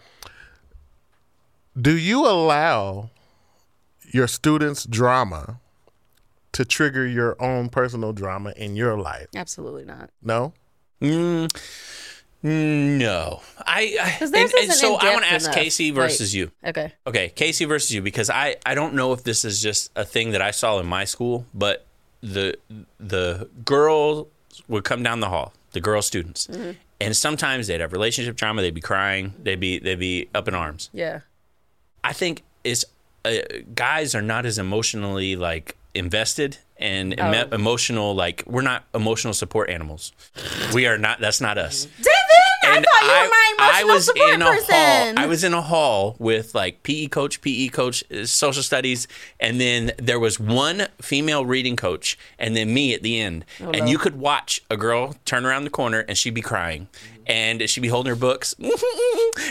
Do you allow your students' drama to trigger your own personal drama in your life?
Absolutely not.
No?
no i, I
'Cause theirs
and- and
isn't
so i
in-depth
want to ask
enough.
casey
Like-
versus you
Okay.
Okay, Casey versus you because I I don't know if this is just a thing that I saw in my school, but the the girls would come down the hall, the girl students,
Mm-hmm.
and sometimes they'd have relationship trauma. They'd be crying. They'd be they'd be up in arms.
Yeah.
I think it's uh, guys are not as emotionally like invested and emo-
Oh.
emotional. Like we're not emotional support animals. We are not. That's not
Mm-hmm.
us.
Devin, I thought you were my
I
emotional
was
support
in a
person.
hall. I was in a hall with like PE coach, PE coach, uh, social studies, and then there was one female reading coach, and then me at the end.
Oh,
and you could watch a girl turn around the corner, and she'd be crying, and she'd be holding her books, (laughs)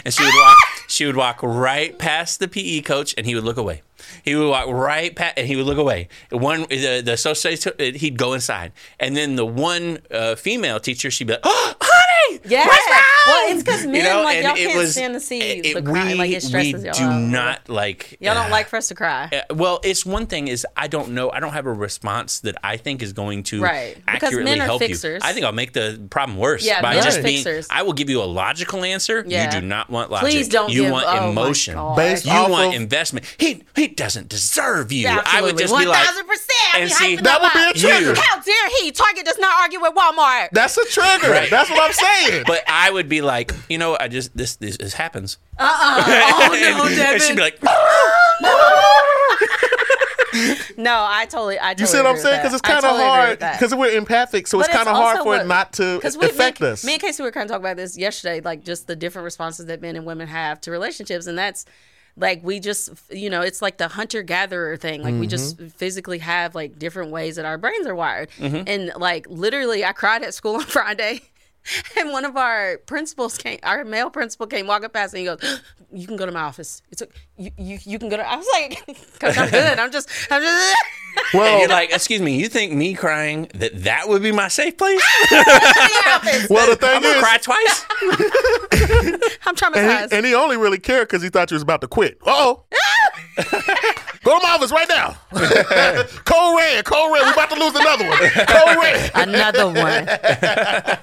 and she would walk.
Ah!
She would walk right past the PE coach, and he would look away. He would walk right past, and he would look away. One, the, the social studies, uh, he'd go inside, and then the one uh, female teacher, she'd be like, (gasps) "Oh, honey,
yeah.
what's wrong?"
Well, it's because men
you know,
like
and
y'all
it
can't
was,
stand to see
it-
the
it-
crying. like it stresses
we
y'all.
do
out.
not like.
Y'all
uh,
don't like for us to cry.
uh, well, it's one thing is I don't know. I don't have a response that I think is going to
Right. Because
accurately
men are
help
fixers.
you. I think I'll make the problem worse
Yeah,
by
men
are
just being.
fixers.
I will give you a logical answer.
Yeah.
You do not want logic.
Please don't
You
give-
want
oh my
emotion.
God.
Based
You
off
want
of-
investment. He he doesn't deserve you. I would
Absolutely.
just be like
1000%.
and
I'd be
see-
hyping
That
them
would be a
up.
trigger.
You.
How dare he? Target does not argue with
(laughs)
Walmart.
That's a trigger.
Right.
That's what I'm saying.
But I would be like, you know, I just this this, this happens. Uh uh
Oh,
no,
(laughs) and she'd
Devin.
be like,
No, I totally, I totally
you see what I'm saying? Because
Because
it's kind of hard. Because we're empathic, so it's kind of hard for it not to affect
me,
us.
Me and Casey were kind of talking about this yesterday, like just the different responses that men and women have to relationships, and that's like we just, you know, it's like the hunter gatherer thing. Like we just
Mm-hmm.
physically have like different ways that our brains are wired, and like literally, I cried at school (laughs) on Friday. And one of our principals came, our male principal came walking past, and he goes, "You can go to my office. It's okay. you, you, you can go to." I was like, (laughs) "Cause I'm good. I'm just, I'm just." (laughs)
well,
and you're like, excuse me, you think me crying that that would be my safe place?
Ah, well, the thing
I'm gonna
is,
cry
(laughs)
twice.
I'm traumatized.
and he, and he only really cared because he thought you was about to quit.
(laughs)
Oh, go to my office right now. (laughs) cold red, cold red. We about to lose another one. Cold red.
Another (laughs) one.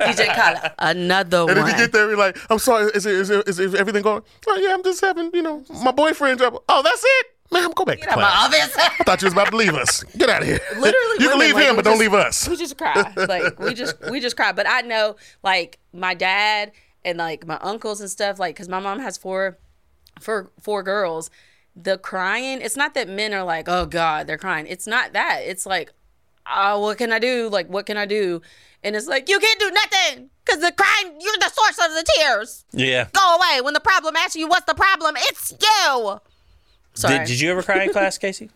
DJ Khaled. Another
And if
one.
you get there, you're like, I'm sorry, is, it, is, it, is, it- is everything going? Oh, yeah, I'm just having, you know, my boyfriend trouble. Oh, that's it? Ma'am, go back to
out of my
class.
office.
I (laughs) thought you was about to leave us. Get out of here.
Literally,
you can
women,
leave
like,
him,
we
but don't
just-
leave us.
(laughs) we just cry. Like we just we just cry. But I know like my dad and like my uncles and stuff. Like because my mom has four, four four girls. The crying. It's not that men are like, oh god, they're crying. It's not that. It's like, oh, what can I do? Like what can I do? And it's like you can't do nothing because the crying. You're the source of the tears.
Yeah.
Go away. When the problem asks you, what's the problem? It's you. Sorry.
Did, did you ever cry in class, Casey?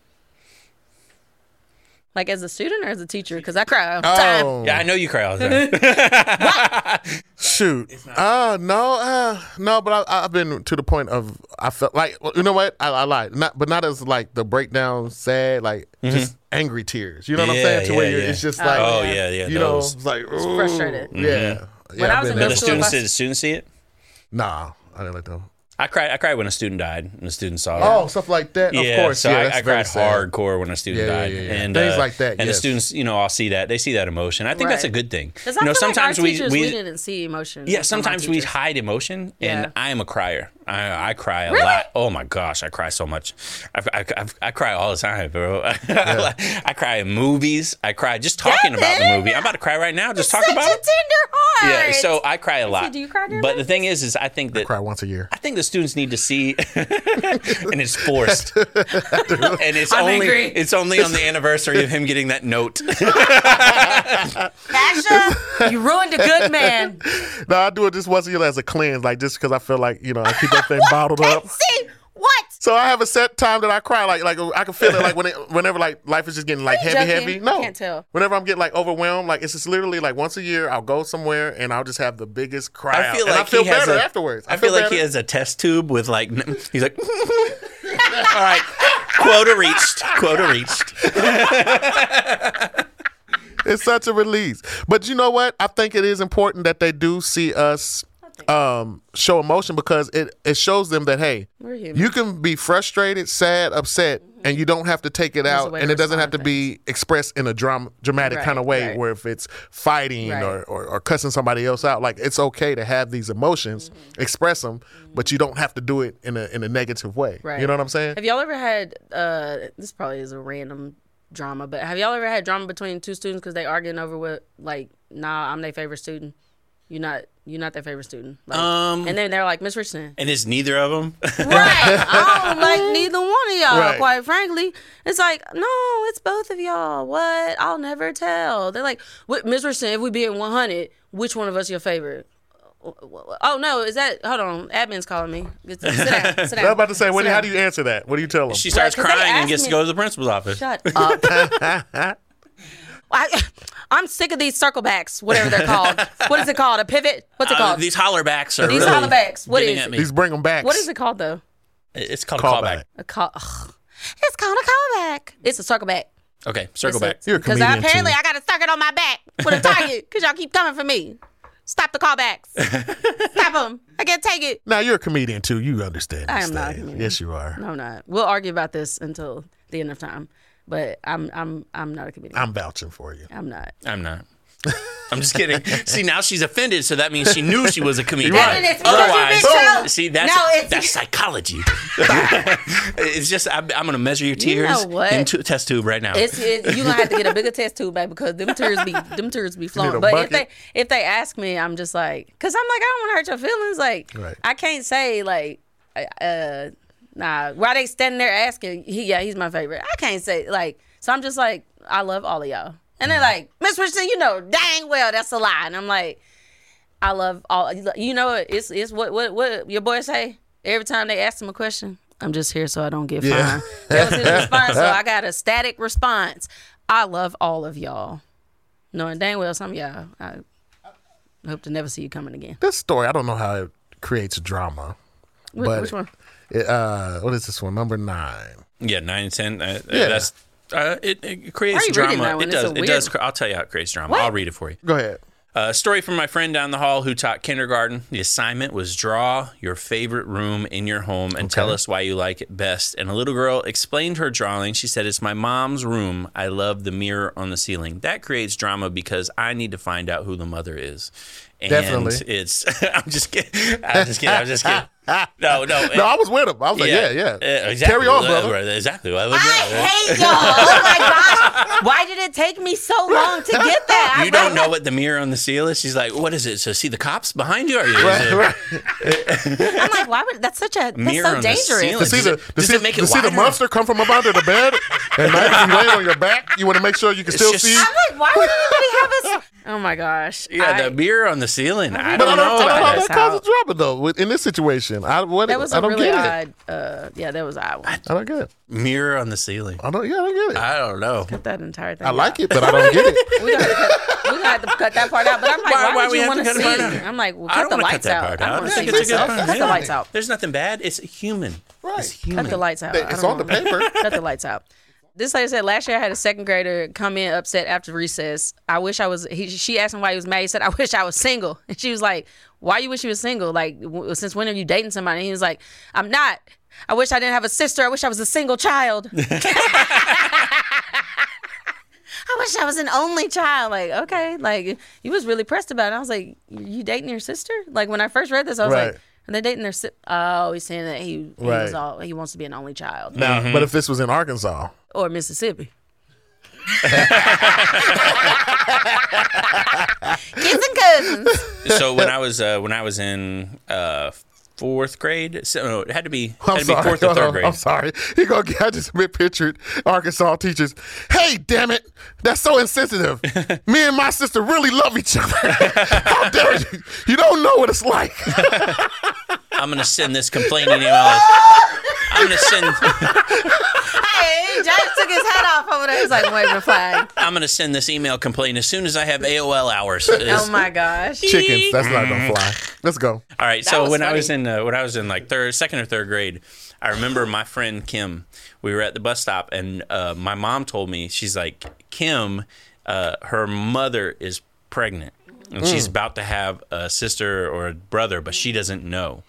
Like as a student or as a teacher? Because I cry all the time.
Oh,
Yeah, I know you cry all the
(laughs)
time.
shoot. Uh, no, uh, no, but I, I've been to the point of, I felt like, well, you know what? I, I lied. Not, but not as like the breakdown, sad, like just angry tears. You know what I'm
Mm-hmm. Yeah,
saying? To where
yeah,
you're,
yeah.
it's just like,
oh yeah, Mm-hmm. yeah.
you know,
those.
it's like, ooh,
frustrated.
Mm.
Yeah. yeah.
When I
I've
was
been
in middle
the
there.
school,
students
if I-
did the students see it?
Nah, I didn't like them.
I cried I cried when a student died and the student saw it.
Oh, stuff like that.
Yeah,
of course.
so
yeah,
I-
that's
I,
very
cried
sad.
hardcore when a student
Yeah, yeah,
died,
yeah, yeah.
and
Things
uh,
like that,
And the
yes.
students, you know, all see that. They see that emotion. I think that's a
Right.
good thing. You
Because I
know,
feel
sometimes
like our
we,
teachers,
we
we, didn't see emotion.
Yeah, sometimes we hide emotion,
Yeah.
and I am a crier. I, I cry a lot. Oh my gosh, I cry so much. I, I, I, I cry all the time, bro. (laughs) I cry in movies. I cry just talking about the
Devin!
movie. I'm about to cry right now. Just
Such
talking about
a
it.
tender heart.
Yeah, so I cry a lot.
do you cry during
But the thing is, is I think that
Cry once a year.
I think the students need to see,
(laughs)
(laughs) and it's forced, and it's
I'm
only
angry.
it's only on the anniversary of him getting that note. (laughs)
Asha, you ruined a good man.
No, I do it just once a year as a cleanse, like just because I feel like you know I keep that thing bottled
(laughs)
up.
See what?
So I have a set time that I cry, like like I can feel it, like when
(laughs)
it, whenever like life is just getting like heavy,
joking?
heavy. No,
Can't tell.
Whenever I'm getting like overwhelmed, like it's just literally like once a year I'll go somewhere and I'll just have the biggest cry. out. and I feel
he has
better
a-
afterwards.
I, feel, like
better.
he has a test tube with like n- he's like, (laughs) all right, quota reached, quota reached.
it's such a release. But you know what? I think it is important that they do see us um, show emotion because it, it shows them that hey,
We're human.
you can be frustrated, sad, upset, and you don't have to take it out,
way
and
to
it doesn't have
respond
to
to
be expressed in a drama, dramatic
Right,
kind of way
right.
where if it's fighting
Right.
or, or or cussing somebody else out, like it's okay to have these emotions,
Mm-hmm.
express them, but you don't have to do it in a in a negative way. You
Right.
know what I'm saying?
Have y'all ever had? uh This probably is a random drama, but have y'all ever had drama between two students because they arguing over what? Like, nah, I'm their favorite student. you're not you're not their favorite student. Like,
Um,
and then they're like Miss Richardson.
And it's neither of them.
(laughs)
Right. I don't like neither one of y'all,
Right.
quite frankly. It's like, no, it's both of y'all. What? I'll never tell. They're like, what, Ms. Richardson, if we be at 100, which one of us your favorite? Oh, no, is that, hold on, admin's calling me. Sit down,
(laughs)
sit down.
I'm about to say, what,
Sit
how
down.
do you answer that? What do you tell them? (laughs)
she starts
'cause they
crying and
asked
gets to
me-
go to the principal's office.
Shut up. (laughs) I, I'm sick of these circle backs, whatever they're called. What is it called? A pivot? What's it
Uh,
called?
these hollerbacks are
These
really
hollerbacks, what
getting
is
at
it?
me.
These bring them back.
what is it called, though?
It's called a
Callback.
callback.
A call. Ugh. It's called a callback. It's a circle back.
Okay, circle back.
You're a
Because
comedian,
apparently
too.
I got a circuit on my back with a
(laughs)
target because y'all keep coming for me. Stop the callbacks. Stop them. I can't take it.
Now you're a comedian too. You understand.
I
these
am not a
things.
comedian.
Yes, you are.
No, I'm not. We'll argue about this until the end of time. But I'm I'm I'm not a comedian.
I'm vouching for you.
I'm not.
I'm not. I'm
(laughs)
just kidding. See, now she's offended, so that means she knew she was a comedian.
Right. And
it's because you
Otherwise,
bitch out.
see, that's
No, it's- (laughs)
that's psychology. (laughs) it's just I'm, I'm gonna measure
You
your
know
tears
what?
into a test tube right now.
It's, it, you gonna have to get a bigger test tube, baby, because them tears be them tears be
Need
flowing.
a
But if
bucket.
they if they ask me, I'm just like, cause I'm like, I don't want to hurt your feelings. Like,
Right.
I can't say like, uh, nah. Why they standing there asking? He, yeah, he's my favorite. I can't say like. So I'm just like, I love all of y'all. And they're
Mm.
like, Miss Richardson, you know dang well that's a lie. And I'm like, I love all. You know, what? it's it's what what what your boy say every time they ask him a question. I'm just here so I don't get
Yeah.
fined. That
(laughs)
was his response. So I got a static response. I love all of y'all, knowing dang well some of y'all. I hope to never see you coming again.
This story, I don't know how it creates drama.
Wh-
but
which one?
it, uh, what is this one? Number nine.
yeah, nine and ten. Uh,
Yeah.
that's uh, it, it
Why are
creates
you reading
drama.
that one?
It
It's
does.
so
It does.
weird.
cre- I'll tell you how it creates drama.
What?
I'll read it for you. Uh,
Go ahead.
A story from my friend down the hall who taught kindergarten. The assignment was draw your favorite room in your home and tell us why you like it best. And a little girl explained her drawing. She said, It's my mom's room. I love the mirror on the ceiling. That creates drama because I need to find out who the mother is. And
Definitely.
it's (laughs) I'm just kidding. I'm just kidding. I'm
(laughs)
just kidding. No, no.
No, I was with him. I was like, yeah, yeah.
Uh, exactly.
Carry on,
Uh,
brother. (laughs)
Exactly.
I hate y'all. Oh my gosh! Why did it take me so long to
(laughs)
get that? I
You don't
really-
know what the mirror on the seal is. She's like, "What is it?" So, see the cops behind you? Are you? is it-
I'm like, why would that's such a that's
Mirror
so
on the ceiling.
To
dangerous.
see
Does
the
it-
to
does
see,
it make it
to see the
wider?
monster come from up under the bed, and
(laughs)
now you lay on your back. You want to make sure you can still
just-
see.
I'm like, why would anybody have us? (laughs) Oh my gosh!
Yeah,
I-
"Ah, the mirror on the ceiling. I
But I
don't know
don't, I don't know how
about it.
that
That's how-
causes drama though. with- In this situation, I what,
That was
I
a
don't
really
get it.
odd. Uh, yeah, that was an odd. One.
I don't get it.
Mirror on the ceiling.
I don't. Yeah, I don't get it.
I don't know.
That entire thing.
I like it, but I don't get
(laughs)
it.
We're gonna, cut, we gonna have to cut that part out. But I'm like,
Why-
why,
why
would
we
you
have
want
to
to
cut
see?
it out?
I'm like, well,
I
cut
don't
the
wanna cut
lights
that
out.
part
I
out.
want
I
to see
think it's a good
myself.
part.
Cut the
Yeah.
lights out.
There's nothing bad. It's human.
Right.
It's
Cut the
human.
lights out. I
It's
don't
on the
want-
paper.
(laughs) Cut the lights out. This lady said last year I had a second grader come in upset after recess. I wish I was. He, she asked him why he was mad. He said, "I (laughs) wish I was single." And she was like, "Why you wish you was single? Like, w- since when are you dating somebody?" And he was like, "I'm not. I wish I didn't have a sister. I wish I was a single child. (laughs) I wish I was an only child." Like, okay, like you was really pressed about it. I was like, "You dating your sister?" Like when I first read this, I was
Right.
like. And they're dating their. Si- oh, he's saying that he, he
Right.
was all he wants to be an only child
Now,
Mm-hmm.
but if this was in Arkansas,
or
(laughs)
Mississippi. Kids and cousins.
so when I was uh, when I was in uh, fourth grade, so no, it had to be,
I'm
had to be
sorry.
fourth or
Hold
third
on. (laughs)
grade.
I'm sorry. You gonna get? I just been pictured Arkansas teachers. Hey, damn it! That's so
(laughs)
insensitive. Me and my sister really love each other. (laughs) How dare you? You don't know what it's
(laughs)
like.
I'm gonna send this complaining email. out. I'm gonna send
Hey, Josh took his hat off over there. He's like waving a flag.
I'm gonna send this email complaint as soon as I have AOL hours. It's-
Oh my gosh.
Chickens. (laughs) That's not gonna
Mm-hmm.
fly. Let's go.
All right. So
was
when I
funny.
was in uh, when I was in like third, second or third grade, I remember my friend Kim. We were at the bus stop, and uh, my mom told me she's like Kim, uh, her mother is pregnant, and
Hmm.
she's about to have a sister or a brother, but she doesn't know.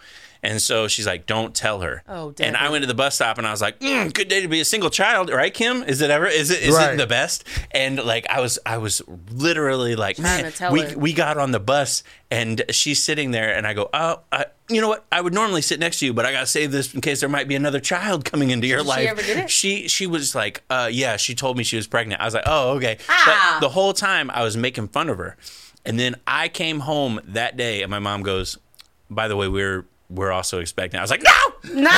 And so she's like, "Don't tell her."
Oh, Debbie.
and I went to the bus stop, and I was like, mm, "Good day to be a single child, right, Kim? Is it ever? Is it? Is
Right.
it the best?" And like, I was, I was literally like,
Trying to tell
we,
her.
we got on the bus and she's sitting there and i go oh I, you know what i would normally sit next to you but i gotta save this in case there might be another child coming into your
she
life
ever get it?
she she was like uh, yeah she told me she was pregnant i was like oh okay
Ah.
but the whole time i was making fun of her And then I came home that day, and my mom goes, "By the way, we're we're also expecting." I was like, "No."
Not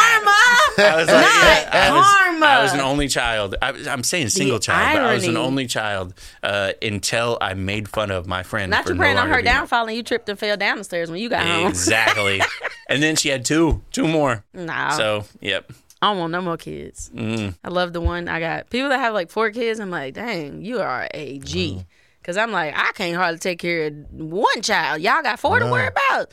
karma.
I was like,
Not
I was,
karma.
I was an only child. I, was- I'm saying single child, but I was an
irony.
only child uh, until I made fun of my friend.
Not
for
you
no
praying on
longer
her
being-
downfall and you tripped and fell down the stairs when you got home.
Exactly. and then she had two, two more.
(laughs) Nah.
So, yep.
I don't want no more kids.
Mm.
I love the one I got. People that have like four kids, I'm like, dang, you are a G. Cause I'm like, I can't hardly take care of one child. Y'all got four to worry about.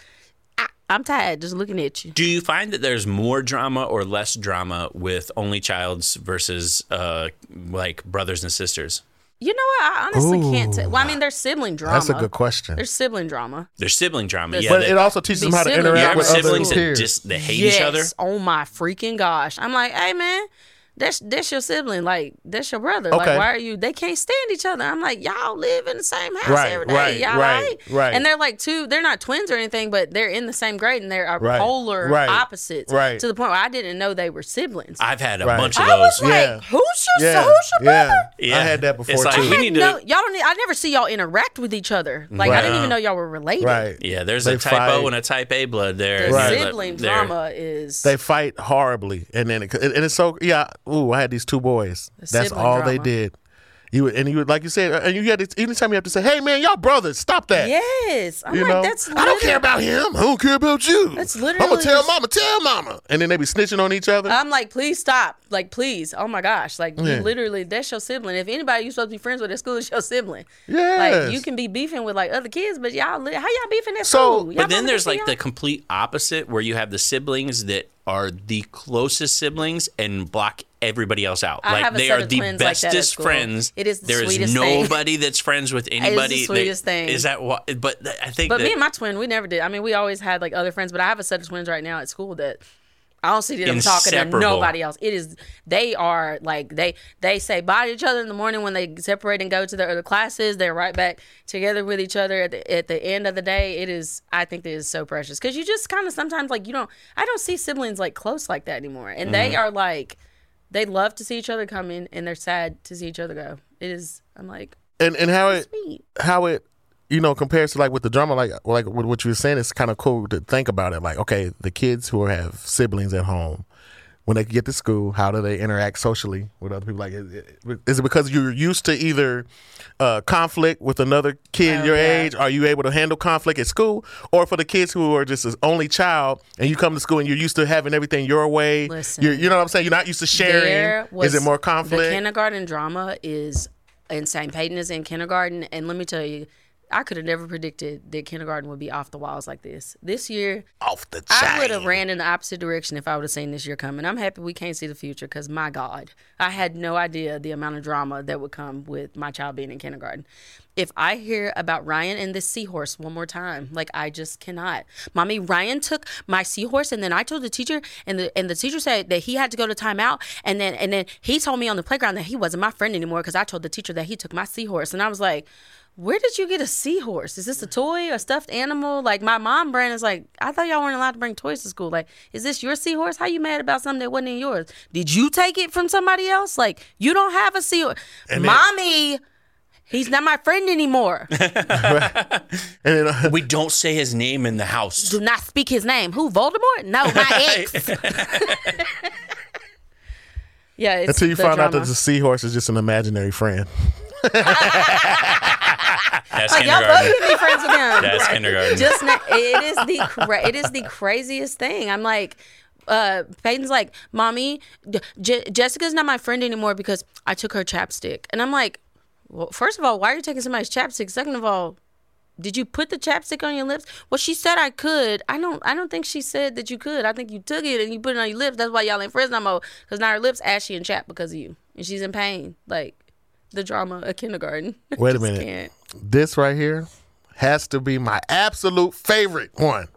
I, I'm tired just looking at you.
Do you find that there's more drama or less drama with only childs versus uh, like brothers and sisters?
You know what? I honestly can't tell. Well, I mean, there's sibling drama.
That's a good question.
There's sibling drama.
There's sibling drama. Yeah,
But
that-
it also teaches
Be
them how to
siblings.
you
interact
have
with other
siblings that
peers.
just they hate
yes.
each other.
Oh my freaking gosh. I'm like, hey man, that's that's your sibling. Like, that's your brother.
Okay.
Like, why are you they can't stand each other? I'm like, Y'all live in the same house
Right,
every day.
right,
Y'all all
right, right.
And they're like two, they're not twins or anything, but they're in the same grade and they are
Right,
polar
right,
opposites.
right.
To the point where I didn't know they were siblings.
I've had a
Right.
bunch of
I was
those.
like,
Yeah.
who's your
yeah,
who's your
yeah.
brother?
Yeah.
I had that before
It's like,
too.
we need to.
No, y'all don't. Need, I never see y'all interact with each other. Like I didn't
Right.
even know y'all were related.
right.
yeah, there's
They
a typo
fight.
and a type A blood there.
The
and you're like-
sibling
they're-
drama is
They fight horribly, and then it, and it's so yeah. Ooh, I had these two boys. That's
sibling
all they
drama.
did. You would- and you would like you said, uh, and you had to, anytime you have to say, "Hey man, y'all brothers, stop that."
Yes, I'm
You
like
know,
that's.
I don't care
literally-
about him. I don't care about you.
That's
I'm gonna
literally Uh,
tell
just-
mama, tell mama, and then they be snitching on each other.
I'm like, please stop. Like, please. Oh my gosh. Like,
Yeah.
you literally, that's your sibling. If anybody you supposed to be friends with at school is your sibling.
Yes.
Like, you can be beefing with like other kids, but y'all, li- how y'all beefing at
So-
school? Y'all
But then
mama
there's
beefing
like
y'all?
the complete opposite where you have the siblings that are the closest siblings and block everybody else out.
I
like
have a
they
set
are
of
the
twins like that at
bestest
school.
friends.
It is the
There is
sweetest thing.
nobody that's friends
(laughs)
with anybody. that-
sweetest thing.
Is that what? But th- I think.
But
that
me and my twin, we never did. I mean, we always had like other friends, but I have a set of twins right now at school that I don't see them talking to
Inseparable.
nobody else. It is they are like they they say bye to each other in the morning when they separate and go to their other classes. They're right back together with each other at the at the end of the day. It is I think that is so precious because you just kind of sometimes like you don't I don't see siblings like close like that anymore, and
Mm-hmm.
they are like they love to see each other come in and they're sad to see each other go. It is I'm like
and and how it
sweet.
how it you know compares to like with the drama like like with what you were saying it's kind of cool to think about it like okay the kids who have siblings at home when they get to school how do they interact socially with other people like is it- is it because you're used to either uh, conflict with another kid
Oh,
your age are you able to handle conflict at school or for the kids who are just an only child and you come to school and you're used to having everything your way
Listen.
you're, you know what i'm saying you're not used to sharing
There was
is it more
The
conflict
kindergarten drama is insane. Peyton is in kindergarten, and let me tell you, I could have never predicted that kindergarten would be off the walls like this. This year,
off the chain.
I would have ran in the opposite direction if I would have seen this year coming. I'm happy we can't see the future because my God, I had no idea the amount of drama that would come with my child being in kindergarten. If I hear about Ryan and this seahorse one more time, like I just cannot. Mommy, Ryan took my seahorse, and then I told the teacher, and the and the teacher said that he had to go to timeout, and then and then he told me on the playground that he wasn't my friend anymore because I told the teacher that he took my seahorse, and I was like. Where did you get a seahorse? Is this a toy, a stuffed animal? Like my mom brand is like, I thought y'all weren't allowed to bring toys to school. Like, is this your seahorse? How you mad about something that wasn't in yours? Did you take it from somebody else? Like, you don't have a seahorse. Mommy, he's not my friend
(laughs)
anymore.
and then, uh,
we don't say his name in the
(laughs)
house.
Do not speak his name. Who, Voldemort? No, my
(laughs)
ex. yeah, it's
Until you
the
find out
drama.
that the seahorse is just an imaginary friend.
That's
like, y'all both
kindergarten.
can be friends with
(laughs)
him.
(laughs) That's kindergarten.
just na it is the cra- it is the craziest thing. I'm like, uh, Peyton's like, mommy, Je- Jessica's not my friend anymore because I took her chapstick, and I'm like, well, first of all, why are you taking somebody's chapstick? Second of all. Did you put the chapstick on your lips? Well, she said I could. I don't. I don't think she said that you could. I think you took it and you put it on your lips. That's why y'all ain't friends no more. Cause now her lips ashy and chapped because of you, and she's in pain. Like the drama of kindergarten. (laughs)
Wait a
Just
minute.
can't.
This right here has to be my absolute favorite one.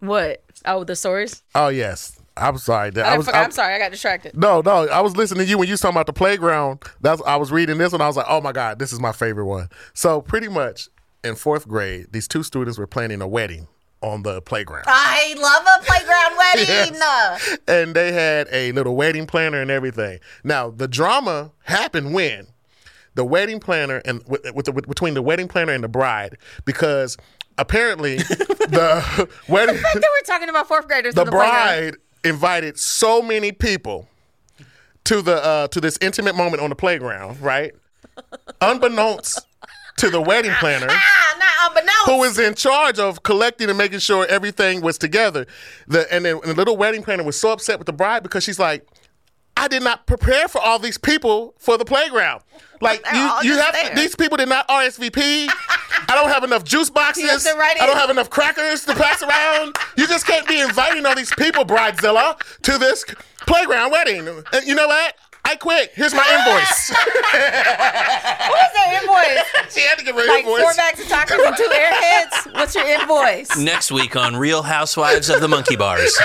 What? Oh, the stories.
Oh yes. I'm sorry. that-
I
I was,
forgot,
I-
I'm sorry, I got
(laughs)
distracted.
No, no. I was listening to you when you was talking about the playground. That's I was reading this and I was like, oh my God, this is my favorite one. So pretty much in fourth grade, these two students were planning a wedding on the playground.
I love a playground wedding.
(laughs) and they had a little wedding planner and everything. Now, the drama happened when the wedding planner and with, with the, with, between the wedding planner and the bride because apparently the (laughs) wedding
They were talking about fourth graders.
the
on the playground.
bride invited so many people to the uh, to this intimate moment on the playground,
(laughs)
right? Unbeknownst to the wedding planner,
(laughs) Ah, not unbeknownst.
who was in charge of collecting and making sure everything was together, the and then and the little wedding planner was so upset with the bride because she's like. I did not prepare for all these people for the playground. Like
They're
you,
all
you
just
have
there.
these people did not RSVP.
(laughs)
I don't have enough juice boxes.
to write
I don't
in.
have enough crackers to pass around. You just can't be inviting all these people, bridezilla, to this playground wedding. And you know what? I quit. Here's my invoice.
(laughs)
(laughs)
What was their invoice?
she had to give her
like
invoice.
four bags of tacos and two airheads. What's your invoice?
Next week on Real Housewives of the
(laughs)
Monkey Bars.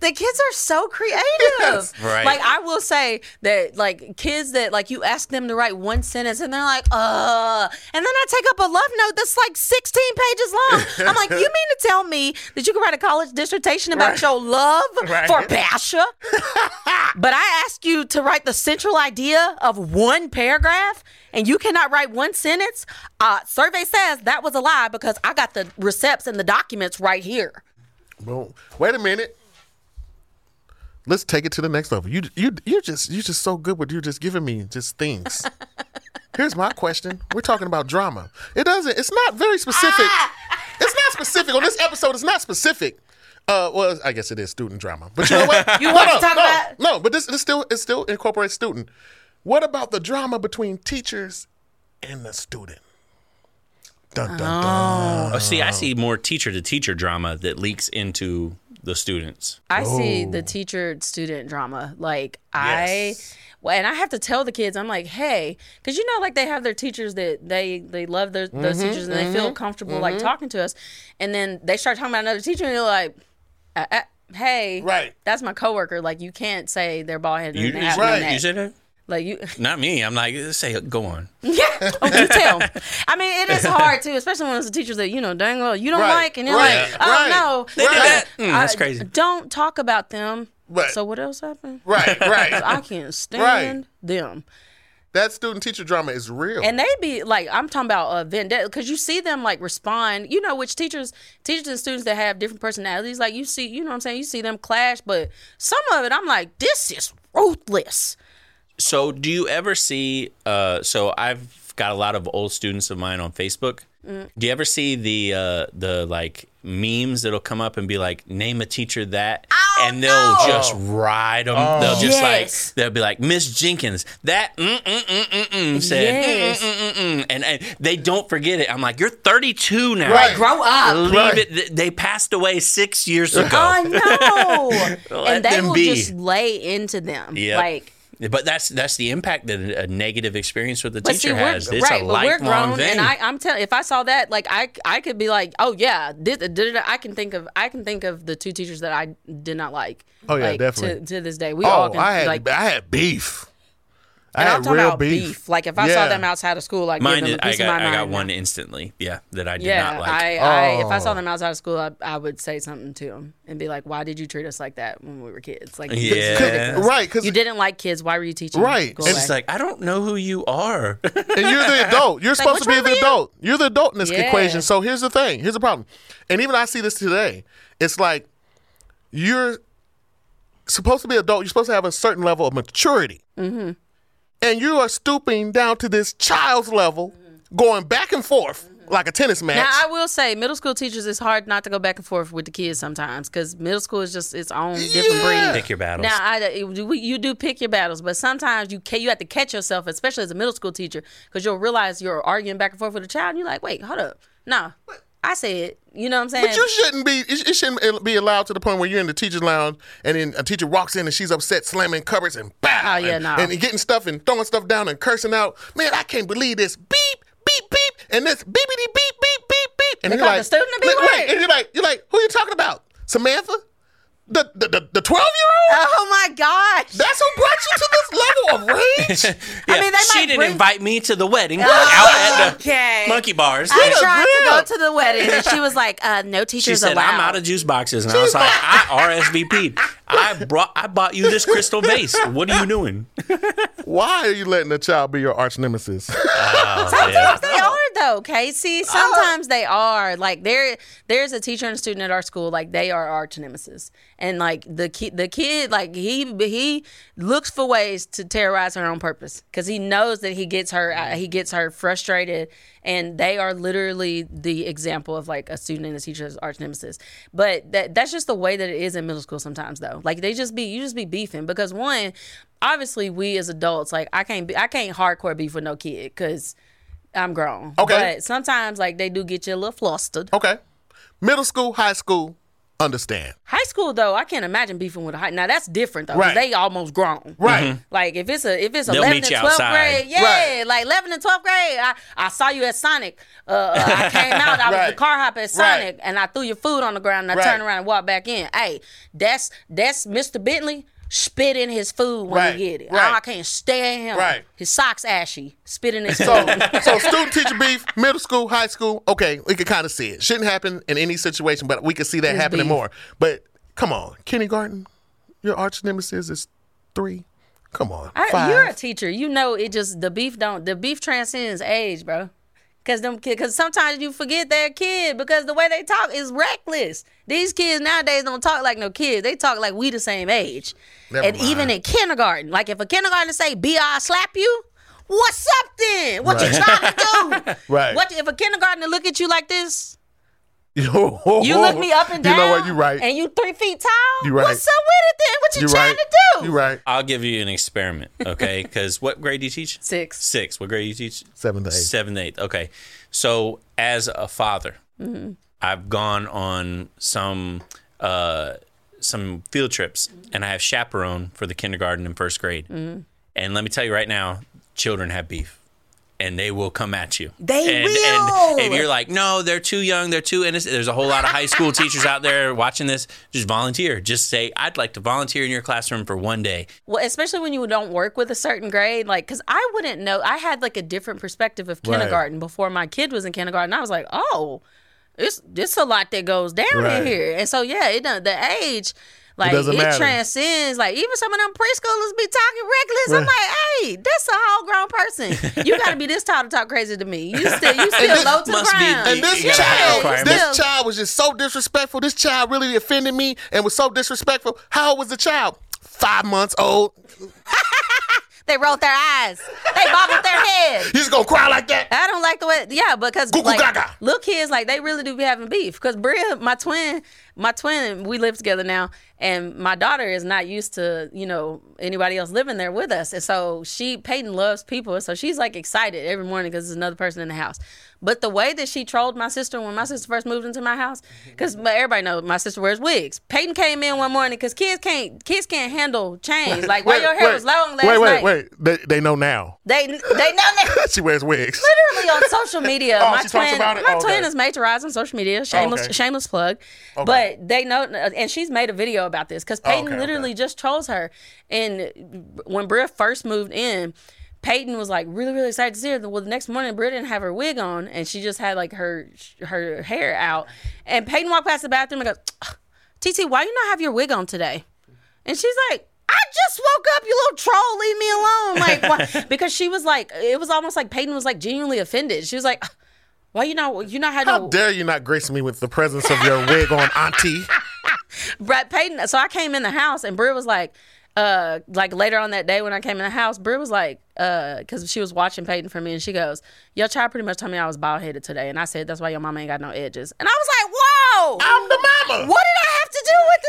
the kids are so creative.
Right.
Like I will say that like kids that like you ask them to write one sentence and they're like, uh and then I take up a love note that's like sixteen pages long. I'm like, you mean to tell me that you can write a college dissertation about your love
Right.
for Basha? but I ask you to write the central idea of one paragraph and you cannot write one sentence. Uh survey says that was a lie because I got the receipts and the documents right here.
Boom. Wait a minute. Let's take it to the next level. You you you're just you're just so good with you're just giving me just
(laughs)
things. Here's my question. We're talking about drama. It doesn't. It's not very specific.
Ah!
it's not specific on this episode. It's not specific. Uh, well, I guess it is student drama. But you know what?
(laughs) You
No,
want to
no,
talk
no,
about-
no. But this, this still it still incorporates student. What about the drama between teachers and the student? Dun dun dun.
Oh, see, I see more teacher to teacher drama that leaks into the students.
I see
Oh.
the teacher student drama. Like I
Yes.
well, and I have to tell the kids, I'm like, hey, because you know, like they have their teachers that they they love their those
Mm-hmm,
teachers and they feel comfortable like talking to us, and then they start talking about another teacher and they're like, uh, uh, hey,
Right.
that's my coworker. Like you can't say they're bald headed
You,
and they have
right.
no
you
neck.
said that?
Like you, (laughs)
Not me. I'm like, say, go on.
yeah, oh, you tell. I mean, it is hard too, especially when it's a teacher that you know dang well you don't
Right,
like, and you're
right,
like, oh
right,
no,
They did
no,
that?
Mm, that's
I-
crazy.
Don't talk about them.
Right.
So what else happened?
Right, right.
(laughs)
(laughs)
I can't stand them.
that student teacher drama is real.
And they be like, I'm talking about uh, vendetta because you see them like respond. You know, which teachers, teachers and students that have different personalities, like you see, you know what I'm saying? You see them clash, but some of it, I'm like, this is ruthless.
So, do you ever see? Uh, so, I've got a lot of old students of mine on Facebook.
Mm.
Do you ever see the uh, the like memes that'll come up and be like, "Name a teacher that," and they'll just ride them.
Oh.
They'll just
Oh, Yes.
like they'll be like, "Miss Jenkins, that mm mm mm mm mm said
Yes.
mm mm mm mm," and, and they don't forget it. I'm like, "You're 32 now.
Right. Grow
up.
Leave
Right.
it. th- They passed away six years ago.
I know.
(laughs) Let
and they
them
will
be.
just lay into them.
Yep.
Like,
But that's that's the impact that a negative experience with the
but
teacher
see, we're
has. It's
right,
a
but we're
lifelong
grown,
thing.
and I, I'm telling. If I saw that, like I, I could be like, oh yeah, this, da, da, da, I can think of, I can think of the two teachers that I did not like.
Oh, yeah,
like,
definitely.
To, to this day, we all
Oh,
can
I had
like.
I had beef. I
and I'm
had
talking
real
about beef. Like if I saw
Yeah.
them outside of school, like
Mine
give
is,
them a
I
piece
got
of my
I got
mind.
one instantly. Yeah, that I did
Yeah,
not like.
I, I if I
Oh.
saw them outside of school, I, I would say something to them and be like, "Why did you treat us like that when we were kids? Like, this is
Yeah.
ridiculous.
Right, 'cause-
you didn't like kids. Why were you teaching?
Right.
Go
It's
away.
it's just like I don't know who you are. (laughs)
and you're
(laughs)
the adult. You're supposed to be
"What's wrong
the
with you?"
adult. You're the adult in this
Yeah.
equation. So here's the thing. Here's the problem. And even I see this today. It's like you're supposed to be adult. You're supposed to have a certain level of maturity,
Mm-hmm.
and you are stooping down to this child's level, going back and forth like a tennis match.
Mm-hmm. Now I will say, middle school teachers it's hard not to go back and forth with the kids sometimes because middle school is just its own different
Yeah.
breed.
Pick your battles.
Now I, it- we- you do pick your battles, but sometimes you ca- you have to catch yourself, especially as a middle school teacher, because you'll realize you're arguing back and forth with a child, and you're like, wait, hold up, no, I said, you know what I'm saying?
But you shouldn't be. It it shouldn't be allowed to the point where you're in the teacher's lounge and then a teacher walks in and she's upset, slamming cupboards and bow.
Oh, yeah,
and,
no.
and getting stuff and throwing stuff down and cursing out. Man, I can't believe this. Beep, beep, beep, and this beepity beep, beep, beep, beep. And
They
you're
called
like,
the student to be
Look,
right.
and you're like, you're like, who you talking about, Samantha? the the the- the twelve year old.
Oh my gosh.
That's who brought you to this level of rage.
(laughs) I mean, they
she
might
didn't
bring- Ah,
invite me to the wedding. We're out at the
okay.
monkey bars.
I
a
tried
grip.
to go to the wedding, and she was like, uh, "No teachers
She said,
allowed."
"I'm out of juice boxes," and I was like, "I
(laughs)
RSVP'd. I brought, I bought you this crystal vase. What are
(laughs)
you doing?"
Why are you letting a child be your arch nemesis?
Oh,
Sometimes they are though, Casey. Sometimes they are. Like there, there's a teacher and a student at our school. Like they are arch nemesis, and like the kid, the kid, like he he looks for ways to terrorize her on purpose because he knows that he gets her uh, he gets her frustrated, and they are literally the example of like a student and a teacher's arch nemesis. But that that's just the way that it is in middle school sometimes though. Like they just be you just be beefing because one. Obviously, we as adults, like I can't, be, I can't hardcore beef with no kid because I'm grown.
Okay.
But sometimes like they do get you a little flustered.
(laughs) okay, middle school, high school, understand.
High school though, I can't imagine beefing with a high. Now that's different though.
Right.
'cause They almost grown.
Right.
Like if it's a if it's
They'll
eleven
meet
and
you
twelfth
outside.
grade, yeah, like eleven and twelfth grade. I, I saw you at Sonic. Uh, uh,
(laughs)
I came out. I was
Right.
the car hop at
Right.
Sonic, and I threw your food on the ground. and I
Right.
turned around and walked back in. Hey, that's that's Mr. Bentley. Spit in his food when
Right.
you get it. Oh,
Right.
I can't stand him.
Right.
His socks ashy. Spit in his
So,
food.
so student teacher beef, middle school, high school, okay, we could kind of see it. Shouldn't happen in any situation, but we could see that happening
beef.
more. But come on, kindergarten, your arch nemesis is three. Come on,
I,
five. (laughs)
You're a teacher. You know it just the beef don't the beef transcends age, bro. Cause them kid, cause sometimes you forget they're a kid because the way they talk is reckless. These kids nowadays don't talk like no kids. They talk like we the same age.
Never
and even
mind.
in kindergarten, like if a kindergartner say "Bi, I slap you," what's up then? What you trying to do?
(laughs) Right.
What if a kindergartner look at you like this? You
you
look me up and down.
You know what? You're right.
And you three feet tall.
You right.
What's up with it then? What you
You're
trying
right.
to do?
You're right.
I'll give you an experiment, okay? Because what grade do you teach?
Six.
Six. What grade do you teach?
Seven to eight.
Seven to eight. Okay. So as a father,
Mm-hmm.
I've gone on some uh, some field trips, and I have chaperone for the kindergarten and first grade.
Mm-hmm.
And let me tell you right now, children have beef. And they will come at you.
They
and,
will.
And if you're like, no, they're too young, they're too innocent. There's a whole lot of high school teachers out there watching this. Just volunteer. Just say, I'd like to volunteer in your classroom for one day.
Well, especially when you don't work with a certain grade, like, because I wouldn't know. I had like a different perspective of kindergarten before my kid was in kindergarten. I was like, oh, it's it's a lot that goes down
Right.
in here, and so yeah, it done the age. Like it,
doesn't matter.
transcends. Like even some of them preschoolers be talking reckless. I'm like, hey, that's a whole grown person. You got to be this tall to talk crazy to me. You still you still
this
low to the
must be
ground.
And
You-
this
you gotta have
child,
requirements.
this child was just so disrespectful. This child really offended me and was so disrespectful. How old was the child? Five months old.
they rolled their eyes. They bobbled their head.
He's gonna cry like that.
I don't like the way. Yeah, because
Goo goo
like
gaga.
little kids, like they really do be having beef. Because Bria, my twin, my twin, we live together now, and my daughter is not used to you know anybody else living there with us, and so she Peyton loves people, so she's like excited every morning because there's another person in the house. But the way that she trolled my sister when my sister first moved into my house, because everybody knows my sister wears wigs. Peyton came in one morning because kids can't kids can't handle change. Like why your hair was long last
wait, wait,
night,
wait. They, they know now.
they they know that
She wears wigs.
literally on social media.
Oh,
my
she talks
twin,
about it?
my
Oh, okay.
twin is made to rise on social media. Shameless,
Okay.
shameless plug. But they know, and she's made a video about this because Peyton
okay,
literally
okay.
just trolls her. And when Bria first moved in. Peyton was like really really excited to see her. Well, the next morning, Bria didn't have her wig on, and she just had like her her hair out. And Peyton walked past the bathroom and goes, "TT, why you not have your wig on today?" And she's like, I just woke up, you little troll, leave me alone. Like,
(laughs)
why? because she was like, it was almost like Peyton was like genuinely offended. She was like, why you not, you not had
How
no.
dare you not grace me with the presence of your wig on, Auntie?
Brett Payton. So I came in the house and Brie was like, uh, like later on that day when I came in the house, Brie was like, uh, because she was watching Peyton for me and she goes, Your child pretty much told me I was bald headed today. And I said, That's why your mama ain't got no edges. And I was like, Whoa.
(laughs) I'm the mama.
What did I have to do with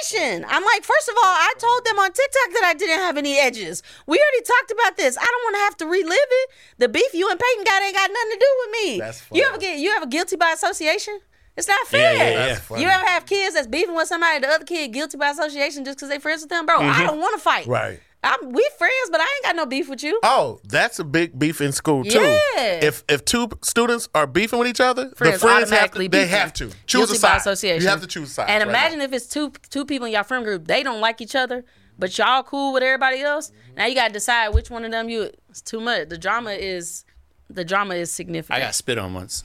the situation? I'm like, first of all, I told them on TikTok that I didn't have any edges. We already talked about this. I don't want to have to relive it. The beef you and Peyton got ain't got nothing to do with me.
That's
You
funny.
ever get you ever guilty by association? It's not fair.
yeah, yeah. That's
funny.
You ever have kids that's beefing with somebody, the other kid guilty by association just because they friends with them, bro? I don't want to fight.
Mm-hmm. Right.
I'm, we friends, but I ain't got no beef with you.
Oh, that's a big beef in school too.
Yeah.
If if two students are beefing with each other, the
Friends
friends have to,
automatically
they
beef them.
have to choose
Guilty
a
by
side.
association.
You have to choose sides.
And
right
imagine
now.
if it's two two people in your friend group, they don't like each other, but y'all cool with everybody else. Now you gotta decide which one of them you. It's too much. The drama is, the drama is significant.
I got spit on once.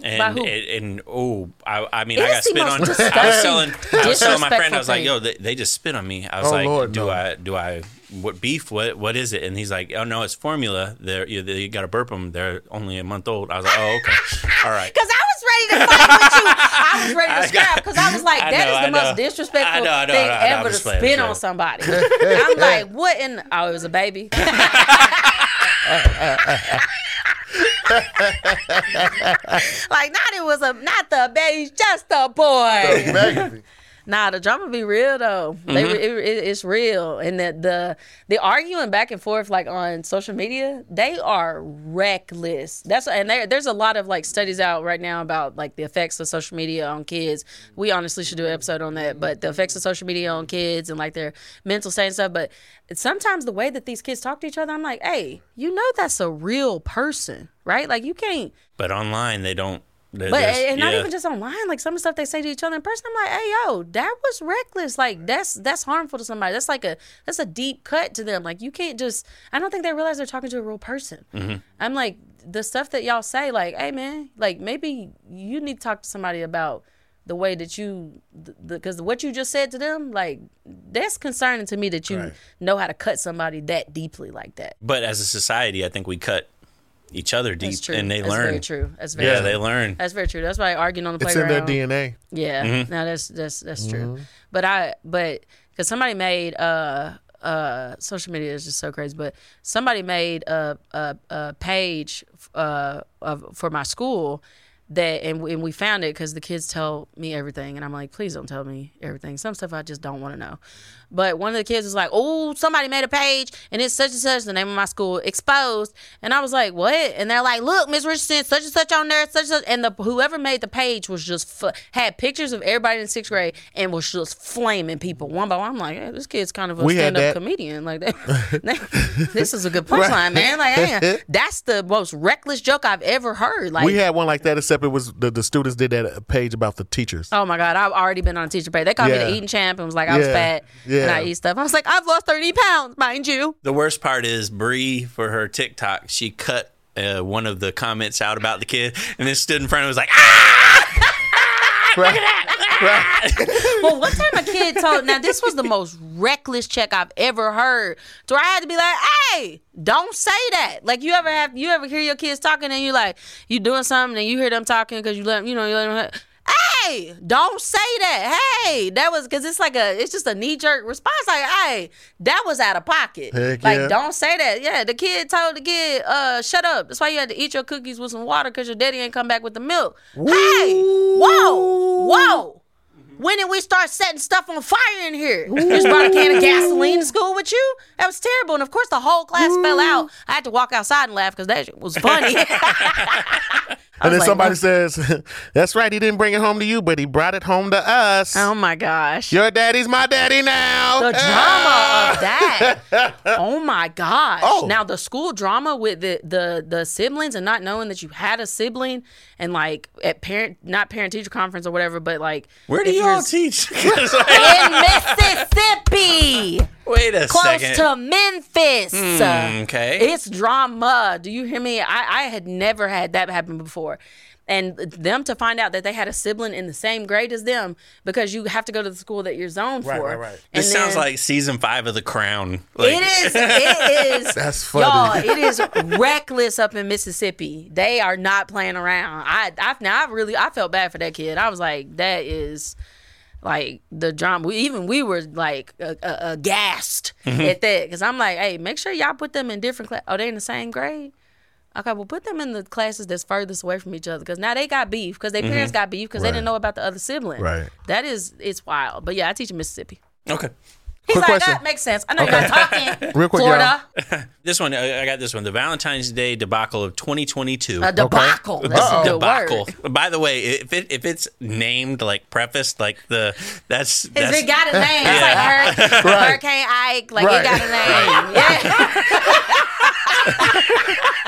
And,
who?
and, and oh, I, I mean, I
It
got
is the
spit on.
most
I was
disgusting,
telling, I was telling my friend,
disrespectful
I was like,
thing.
"Yo, they, they just spit on me." I was
Oh,
like,
Lord,
"Do
no.
I? Do I? What beef? What? What is it?" And he's like, "Oh no, it's formula. They're you, you got to burp them. They're only a month old." I was like, "Oh okay, (laughs)
(laughs)
all right."
Cause I was ready to fight with you. I was ready
(laughs) I
to scrap. Cause I was like,
I
that
know,
is
I
the most
know. I
disrespectful
know, I know, I
thing
know, I know. I'm
ever to
just playing,
spin
I'm
on
playing. (laughs)
somebody. I'm like, what in? Oh, it was a baby. (laughs) like, not it was a not the baby, just a boy. (laughs)
Imagine.
Nah, the drama be real though. They, it, it- it's real, and that the the arguing back and forth like on social media, they are reckless. That's and there, there's a lot of like studies out right now about like the effects of social media on kids. We honestly should do an episode on that, but the effects of social media on kids and like their mental state and stuff. But sometimes the way that these kids talk to each other, I'm like, hey, you know, that's a real person, right? Like you can't
But online, they don't. But
but and not even just online, like some of the stuff they say to each other in person. I'm like, hey yo, that was reckless. Like that's that's harmful to somebody. That's like a that's a deep cut to them. Like you can't just I don't think they realize they're talking to a real person.
Mm-hmm.
I'm like the stuff that y'all say, like, hey man, like maybe you need to talk to somebody about the way that you because what you just said to them, like that's concerning to me that you
Right.
know how to cut somebody that deeply like that.
But as a society, I think we cut each other deep,
That's true.
and they
that's
learn.
Very true. That's very
Yeah,
true.
they learn.
That's very true. That's why arguing on the
It's in
playground.
their DNA.
Yeah, no, that's that's that's true. But I but because somebody made uh uh social media is just so crazy. But somebody made a a, a page uh of, for my school that and we, and we found it because the kids tell me everything and I'm like please don't tell me everything. Some stuff I just don't want to know. But one of the kids was like, oh somebody made a page and it's such and such the name of my school exposed and I was like what and they're like look Miss Richardson such and such on there such and such and the whoever made the page was just fu- had pictures of everybody in sixth grade and was just flaming people one by one. I'm like, hey, this kid's kind of a
We had
stand-up
that.
comedian.
(laughs)
Like, that, this is a good punchline, man.
(laughs)
Like, damn, that's the most reckless joke I've ever heard. Like,
We had one like that, except it was the, the students did that uh, page about the teachers.
Oh my God, I've already been on a teacher pay. They called me
Yeah.
the eating champ and was like, I was
Yeah.
fat and I
Yeah.
eat stuff. I was like, I've lost 30 pounds, mind you.
The worst part is Bree for her TikTok. She cut uh, one of the comments out about the kid, and then stood in front and was like, "Ah!"
Well, one time a kid told, now this was the most reckless check I've ever heard. So I had to be like, hey, don't say that. Like you ever have, you ever hear your kids talking and you like, you doing something and you hear them talking because you let, you know, you let them. Hey, don't say that. Hey, that was because it's like a, it's just a knee jerk response. Like, hey, that was out of pocket.
Heck
like,
yeah.
don't say that. Yeah, the kid told the kid, uh, shut up. That's why you had to eat your cookies with some water because your daddy ain't come back with the milk. Hey, whoa, whoa. When did we start setting stuff on fire in here? You just brought a can of gasoline to school with you? That was terrible. And of course, the whole class fell out. I had to walk outside and laugh because that shit was funny.
and then
like,
somebody
"Look."
says, (laughs) "That's right, he didn't bring it home to you, but he brought it home to us.
(laughs) oh my gosh.
Your daddy's my daddy now." Ah.
the drama of
(laughs)
that. Oh my gosh.
Oh.
Now the school drama with the, the the siblings and not knowing that you had a sibling and like at parent not parent teacher conference or whatever, but like
Where do
if
y'all
you're-
(laughs) teach? It's like,
in Mississippi.
Wait a
close
second. Hmm,
to Memphis.
okay.
It's drama. Do you hear me? I, I had never had that happen before. And them to find out that they had a sibling in the same grade as them because you have to go to the school that you're zoned
Right,
for.
right, right.
And
this sounds
then-
like season five of The Crown. Like,
(laughs)
it is. It is.
That's funny.
Y'all, it is reckless up in Mississippi. They are not playing around. I, I now I really I felt bad for that kid. I was like, that is like the drama. We, even we were like uh, uh, aghast
Mm-hmm.
at that because I'm like, hey, make sure y'all put them in different. Cla- oh, they in the same grade. Okay, well, put them in the classes that's furthest away from each other because now they got beef because their parents got beef because they didn't know about the other sibling.
Mm-hmm. Right.
That is, it's wild. But yeah, I teach in Mississippi.
Okay.
He's
Quick
like,
question.
that makes sense. I know you're not talking.
(laughs) Real quick,
Florida,
This one, I I got this one. The Valentine's Day debacle of 2022.
a debacle. That's
Uh-oh.
a good
debacle.
word.
By the way, if it if it's named like prefaced like the that's
Because
that's
it got a name. It's like
(laughs)
Hurricane, Hurricane Ike. Like,
Right.
it got a name. Yeah. (laughs)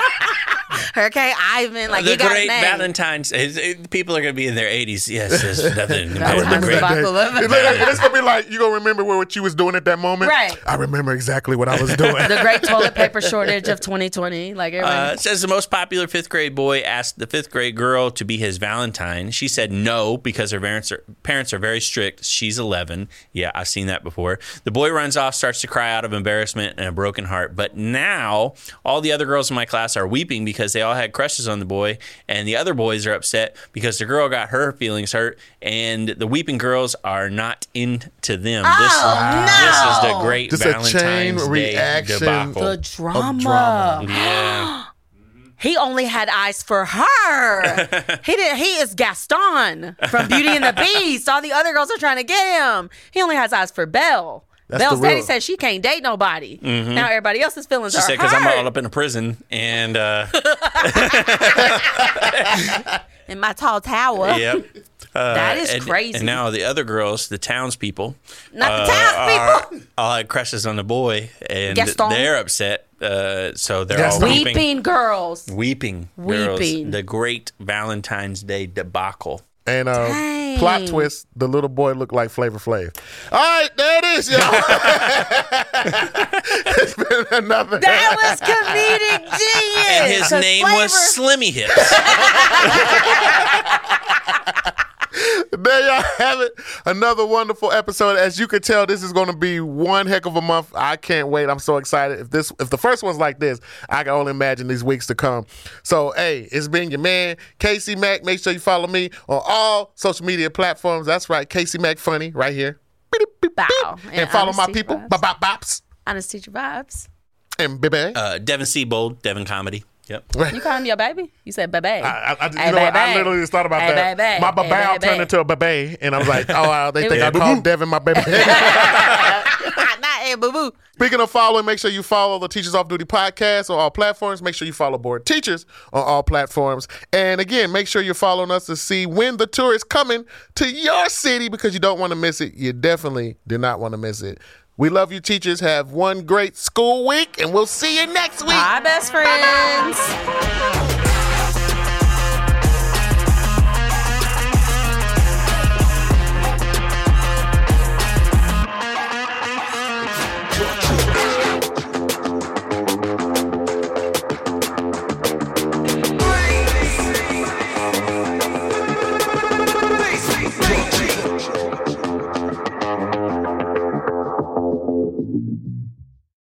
Hurricane Ivan. Like,
the
it got a
great
name.
Valentine's. It, it- people are gonna be in their 80s. Yes, there's nothing.
(laughs)
compared to the
Valentine's
great-
debacle.
It's, (laughs) like- and it's gonna be like you gonna remember what, what you was doing at that moment.
Right.
I remember exactly what I was doing. (laughs)
the great toilet paper shortage of 2020. Like,
Uh,
everybody.
it says the most popular fifth grade boy asked the fifth grade girl to be his Valentine. She said no because her parents are, parents are very strict. She's 11. Yeah, I've seen that before. The boy runs off, starts to cry out of embarrassment and a broken heart. But now all the other girls in my class are weeping because they all had crushes on the boy, and the other boys are upset because the girl got her feelings hurt, and the weeping girls are not into them.
Oh,
this, this is the
no.
great
Just a chain
Valentine's Day
reaction.
debacle.
the drama.
drama.
yeah.
He only had eyes for
(laughs)
her. he did. He is Gaston from Beauty and the Beast. All the other girls are trying to get him. He only has eyes for Belle.
That's
Belle's
the real-
daddy says she can't date nobody. Now everybody else's feelings
Mm-hmm. She
are
said,
hurt.
because I'm all up in a prison. And,
(laughs)
uh,
in my tall tower.
yep. Uh,
That is
and-
crazy.
And now the other girls, the townspeople,
Not the
uh,
townspeople.
are- all had crushes on the boy. And
Gaston.
they're upset. Uh, so they're
Gaston.
all weeping.
Weeping
(laughs)
girls.
Weeping. girls.
Weeping.
The great Valentine's Day debacle.
And uh,
Dang.
plot twist: the little boy looked like Flavor Flav. All right, there it is, y'all. it's been another.
That was comedic genius.
And his
'Cause
name was
Flavor-
Slimmy
(laughs)
Hips.
There y'all have it. Another wonderful episode. As you can tell, this is going to be one heck of a month. I can't wait. I'm so excited. If this, if the first one's like this, I can only imagine these weeks to come. So, hey, it's been your man Casey Mack. Make sure you follow me on all social media platforms. That's right, Casey Mack Funny right here. Beep, beep, beep,
Bow.
beep. And,
And
follow my
honesty
people,
vibes.
bop bop bops
Honest teacher vibes.
and baby.
Uh, Devin Seabold, Devin Comedy. Yep.
You call him your baby? You said baby.
I, I, I, you know what? I literally just thought about that. My babao turned into a babe, and I was like, oh, wow, they
It
think
was-
I called Devin my baby.
(laughs) Not a boo boo.
Speaking of following, make sure you follow the Teachers Off Duty podcast on all platforms. Make sure you follow Board Teachers on all platforms. And again, make sure you're following us to see when the tour is coming to your city because you don't want to miss it. You definitely do not want to miss it. We love you, teachers. Have one great school week, and we'll see you next week.
My best friends.
Bye.